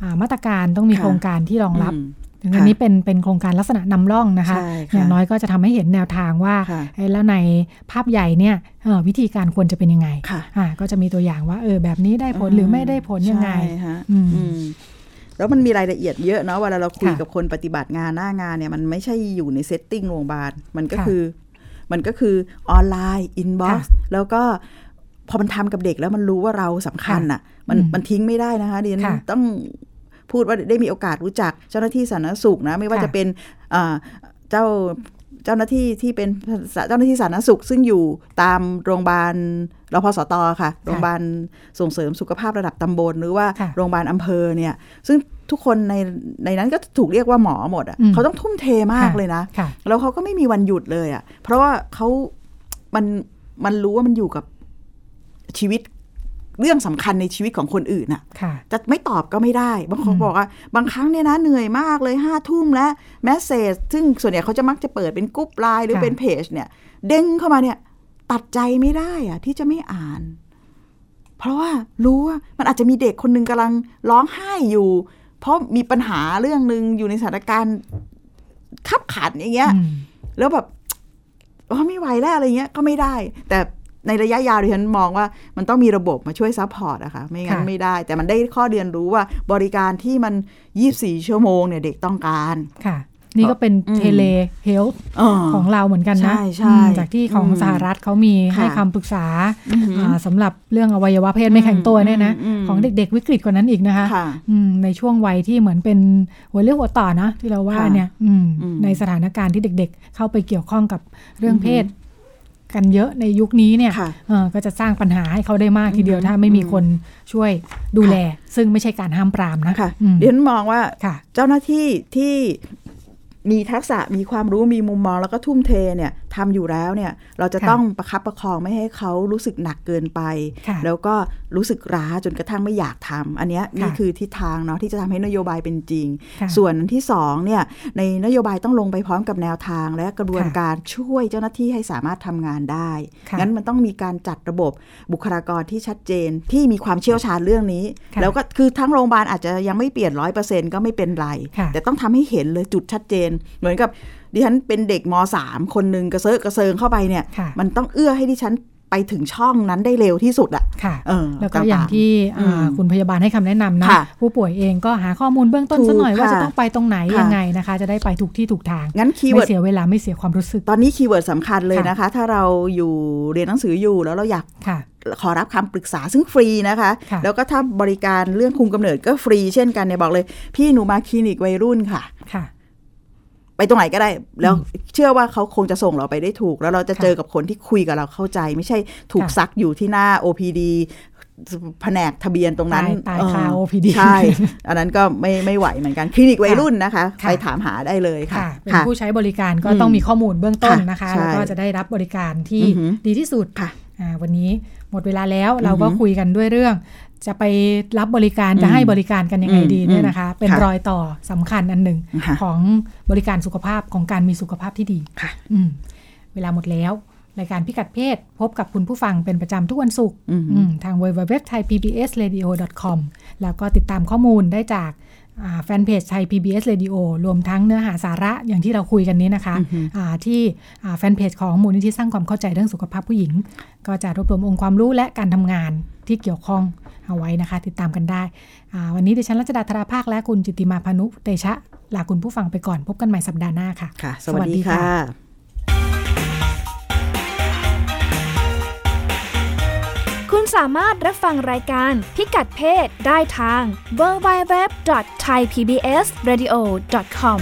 Speaker 2: อ่ามาตรการต้องมี
Speaker 3: ค่ะ
Speaker 2: โครงการที่รองรับ
Speaker 3: อืม
Speaker 2: ดังนั้น
Speaker 3: ค่ะ
Speaker 2: นี้เป็นเป็นโครงการลักษณะนำร่องนะคะ
Speaker 3: ใช่ค่ะ
Speaker 2: อย่างน้อยก็จะทำให้เห็นแนวทางว่า
Speaker 3: ค่ะ
Speaker 2: เอ้ยแล้วในภาพใหญ่เนี่ยเอ่อวิธีการควรจะเป็นยังไง
Speaker 3: ค่ะ
Speaker 2: อ่าก็จะมีตัวอย่างว่าเออแบบนี้ได้ผลหรือไม่ได้ผลยังไง
Speaker 3: ใช่ฮะ
Speaker 2: อืม
Speaker 3: อืมแล้วมันมีรายละเอียดเยอะเนาะเวลาเราคุย
Speaker 2: ค่ะ
Speaker 3: กับคนปฏิบัติงานหน้างานเนี่ยมันไม่ใช่อยู่ในเซตติ้งโรงพยาบาลมันก็
Speaker 2: ค่ะ
Speaker 3: คือ มันก็คือออนไลน์อินบ็อกซ์
Speaker 2: ค่ะ
Speaker 3: แล้วก็พอมันทำกับเด็กแล้วมันรู้ว่าเราสำคัญ
Speaker 2: ค่ะ
Speaker 3: อ่ะ มัน
Speaker 2: อืม
Speaker 3: มันทิ้งไม่ได้นะคะดิฉัน
Speaker 2: ค่ะ
Speaker 3: ต้องพูดว่าได้มีโอกาสรู้จักเจ้าหน้าที่สาธารณสุขนะ ไม่ว่า
Speaker 2: ค่ะ
Speaker 3: จะเป็นอ่าเจ้าเจ้าหน้าที่ที่เป็นเจ้าหน้าที่สาธารณสุข ซึ่งอยู่ตามโรงพยาบาลรพสตค่ะ โรงพยาบาลส่งเสริมสุขภาพระดับตำบลหรือว่า
Speaker 2: ค่ะ
Speaker 3: โรงพยาบาลอำเภอเนี่ย ซึ่งทุกคนในในนั้นก็ถูกเรียกว่าหมอหมด
Speaker 2: อืม
Speaker 3: อะ่ะเขาต้องทุ่มเทมากเลยนะ
Speaker 2: ค่ะ
Speaker 3: แล้วเขาก็ไม่มีวันหยุดเลยอะ่ะ เพราะว่าเขามัน มันรู้ว่ามันอยู่กับชีวิตเรื่องสำคัญในชีวิตของคนอื่นอ่ะ
Speaker 2: ค่ะ
Speaker 3: จะไม่ตอบก็ไม่ได้ บางคน
Speaker 2: อืม
Speaker 3: บอกว่า บางครั้งเนี่ยนะเหนื่อยมากเลยห้าทุ่มแล้วแมสเซจซึ่งส่วนใหญ่เขาจะมักจะเปิดเป็นกรุ๊ปไลน์หรือ
Speaker 2: ค่ะ
Speaker 3: เป็นเพจเนี่ย เด้งเข้ามาเนี่ย ตัดใจไม่ได้อะที่จะไม่อ่าน เพราะว่ารู้ว่ามันอาจจะมีเด็กคนหนึ่งกำลังร้องไห้อยู่ เพราะมีปัญหาเรื่องหนึ่งอยู่ในสถานการณ์ขับขันอย่างเงี้ย
Speaker 2: อืม
Speaker 3: แล้วแบบอ๋อไม่ไหวแล้วอะไรเงี้ยก็ไม่ได้ แต่ในระยะยาวดิฉันมองว่ามันต้องมีระบบมาช่วยซัพพอร์ตอะค่ะไม่งั้น
Speaker 2: ค่ะ
Speaker 3: ไม่ได้ แต่มันได้ข้อเรียนรู้ว่าบริการที่มัน 24 ชั่วโมงเนี่ยเด็กต้องการ
Speaker 2: ค่ะ นี่ก็เป็น
Speaker 3: อืม
Speaker 2: เทเลเฮลท์
Speaker 3: เออ
Speaker 2: ของเราเหมือนกันนะ
Speaker 3: ใช่ใช่
Speaker 2: อืมจากที่ของ
Speaker 3: อืม
Speaker 2: สหรัฐเขามีให้
Speaker 3: ค่ะ
Speaker 2: คำปรึกษา
Speaker 3: อือหืออ่
Speaker 2: าสำหรับเรื่องอวัยวะเพศไม่แข็งตัวเนี่ยนะ
Speaker 3: อืมอืม
Speaker 2: ของเด็กๆวิกฤตกว่านั้นอีกนะคะ
Speaker 3: ค่ะ
Speaker 2: อืมในช่วงวัยที่เหมือนเป็นหัวเรี่ยวหัวต่อนะที่เราว่า
Speaker 3: ค่ะ
Speaker 2: เนี่ยอืม
Speaker 3: อืม
Speaker 2: ในสถานการณ์ที่เด็กๆ เข้าไปเกี่ยวข้องกับเรื่องเพศ กันเยอะในยุคนี้เนี่ย
Speaker 3: ค่ะ
Speaker 2: เอ่อก็จะสร้างปัญหาให้เขาได้มากทีเดียว
Speaker 3: อืม
Speaker 2: ถ้าไม่มี
Speaker 3: อืม
Speaker 2: คนช่วยดูแล ซึ่งไม่ใช่การห้ามปรามนะ
Speaker 3: ค่ะ
Speaker 2: อืม
Speaker 3: ดิฉันมองว่า
Speaker 2: ค่ะ
Speaker 3: เจ้าหน้าที่ที่มีทักษะมีความรู้มีมุมมองแล้วก็ทุ่มเทเนี่ยท ทำอยู่แล้วเนี่ยเราจะ
Speaker 2: ค่ะ
Speaker 3: ต้องประคับประคองไม่ให้เขารู้สึกหนักเกินไป
Speaker 2: ค่ะ
Speaker 3: แล้วก็รู้สึกร้าจนกระทั่งไม่อยากทำอันเนี้ยนี่คือทิศทางเนาะที่จะทำให้นโยบายเป็นจริง
Speaker 2: ค่ะ
Speaker 3: ส่วนอันที่สองเนี่ยในนโยบายต้องลงไปพร้อมกับแนวทาง และกระบวน
Speaker 2: ค่ะ
Speaker 3: การช่วยเจ้าหน้าที่ให้สามารถทำงานได้
Speaker 2: ค่ะ
Speaker 3: งั้นมันต้องมีการจัดระบบบุคลากรที่ชัดเจนที่มีความเชี่ยวชาญเรื่องนี้
Speaker 2: ค่ะ
Speaker 3: แล้วก็คือทั้งโรงพยาบาลอาจจะยังไม่เปลี่ยนร้อยเปอร์เซ็นก็ไม่เป็นไร
Speaker 2: ค่ะ
Speaker 3: แต่ต้องทำให้เห็นเลยจุดชัดเจน เหมือนกับดิฉันเป็นเด็กมสามคนหนึ่งกระเซาะกระเซิงเข้าไปเนี่ย
Speaker 2: ค่ะ
Speaker 3: มันต้องเอื้อให้ดิฉันไปถึงช่องนั้นได้เร็วที่สุดอะ
Speaker 2: ค่ะ
Speaker 3: เออ
Speaker 2: แล้วก็
Speaker 3: ต่ๆ
Speaker 2: อย่างที่อ่า
Speaker 3: อืม
Speaker 2: คุณพยาบาลให้คำแนะนำนะ
Speaker 3: ค่ะ
Speaker 2: ผู้ป่วยเองก็หาข้อมูลเบื้องต้น
Speaker 3: ถูก
Speaker 2: สักหน่อยว่า
Speaker 3: ค่ะ
Speaker 2: จะต้องไปตรงไหน
Speaker 3: ค่ะ
Speaker 2: ยังไงนะคะ จะได้ไปถูกที่ถูกทาง
Speaker 3: งั้นคีย์เวิ
Speaker 2: ไม่
Speaker 3: ร์ด
Speaker 2: เสียเวลาไม่เสียความรู้สึก
Speaker 3: ตอนนี้คีย์เวิร์ดสำคัญเลย
Speaker 2: ค่ะ
Speaker 3: นะคะ ถ้าเราอยู่เรียนหนังสืออยู่แล้วเราอยาก
Speaker 2: ค่ะ
Speaker 3: ขอรับคำปรึกษาซึ่งฟรีนะคะ
Speaker 2: ค่ะ
Speaker 3: แล้วก็ถ้าบริการเรื่องคุมกำเนิดก็ฟรีเช่นกันเนี่ยบอกเลย พี่หนูมาคลินิกวัยรุ่นค่ะ
Speaker 2: ค่ะ
Speaker 3: ไปตรงไหนก็ได้ แล้วเชื่อว่าเขาคงจะส่งเราไปได้ถูก แล้วเราจะ
Speaker 2: ค่ะ
Speaker 3: เจอกับคนที่คุยกับเราเข้าใจ ไม่ใช่ถูก
Speaker 2: ค่ะ
Speaker 3: ซักอยู่ที่หน้า OPD แผนกทะเบียนตรงนั้น
Speaker 2: ตายตาย
Speaker 3: เออ
Speaker 2: คา OPD
Speaker 3: ใช่ อันนั้นก็ไม่ไม่ไหวเหมือนกันคลินิกวัยรุ่นนะคะ
Speaker 2: ค่ะ
Speaker 3: ไปถามหาได้เลยค่ะ
Speaker 2: ค่ะ เป็นผู้ใช้บริการก็ต้อง
Speaker 3: อืม
Speaker 2: มีข้อมูลเบื้องต้น
Speaker 3: ค่ะ
Speaker 2: นะคะ
Speaker 3: ใช่
Speaker 2: แล้วก็จะได้รับบริการที่
Speaker 3: อือหือ
Speaker 2: ดีที่สุด
Speaker 3: ค่ะ
Speaker 2: อ่าวันนี้หมดเวลาแล้วเราก็
Speaker 3: อือหือ
Speaker 2: คุยกันด้วยเรื่อง จะไปรับบริการ
Speaker 3: อืม
Speaker 2: จะให้บริการกันยังไง
Speaker 3: อืม
Speaker 2: ดีเนี่ยนะคะ เป็น
Speaker 3: ค่ะ
Speaker 2: รอยต่อสำคัญอันหนึ่ง
Speaker 3: ค่ะ
Speaker 2: ของบริการสุขภาพของการมีสุขภาพที่ดี
Speaker 3: ค่ะ
Speaker 2: อืมเวลาหมดแล้ว รายการพิกัดเพศ พบกับคุณผู้ฟังเป็นประจำทุกวันศุกร์
Speaker 3: อือหือ
Speaker 2: อืมทาง www.thaipbsradio.com แล้วก็ติดตามข้อมูลได้จากอ่าแฟนเพจไทย PBS Radio รวมทั้งเนื้อหาสาระอย่างที่เราคุยกันนี้นะคะ
Speaker 3: อือหือ
Speaker 2: อ่าที่อ่าแฟนเพจของมูลนิธิสร้างความเข้าใจเรื่องสุขภาพผู้หญิง ก็จะรวบรวมองค์ความรู้และการทำงานที่เกี่ยวข้องเอาไว้นะคะ ติดตามกันได้อ่าวันนี้ดิฉันรัชดาธราภาคและคุณจิตติมาพานุเตชะลาคุณผู้ฟังไปก่อนพบกันใหม่สัปดาห์หน้าค่ะ
Speaker 3: ค่ะ สวัสดีค่ะ
Speaker 1: คุณสามารถรับฟังรายการพิกัดเพศได้ทาง www.thaipbsradio.com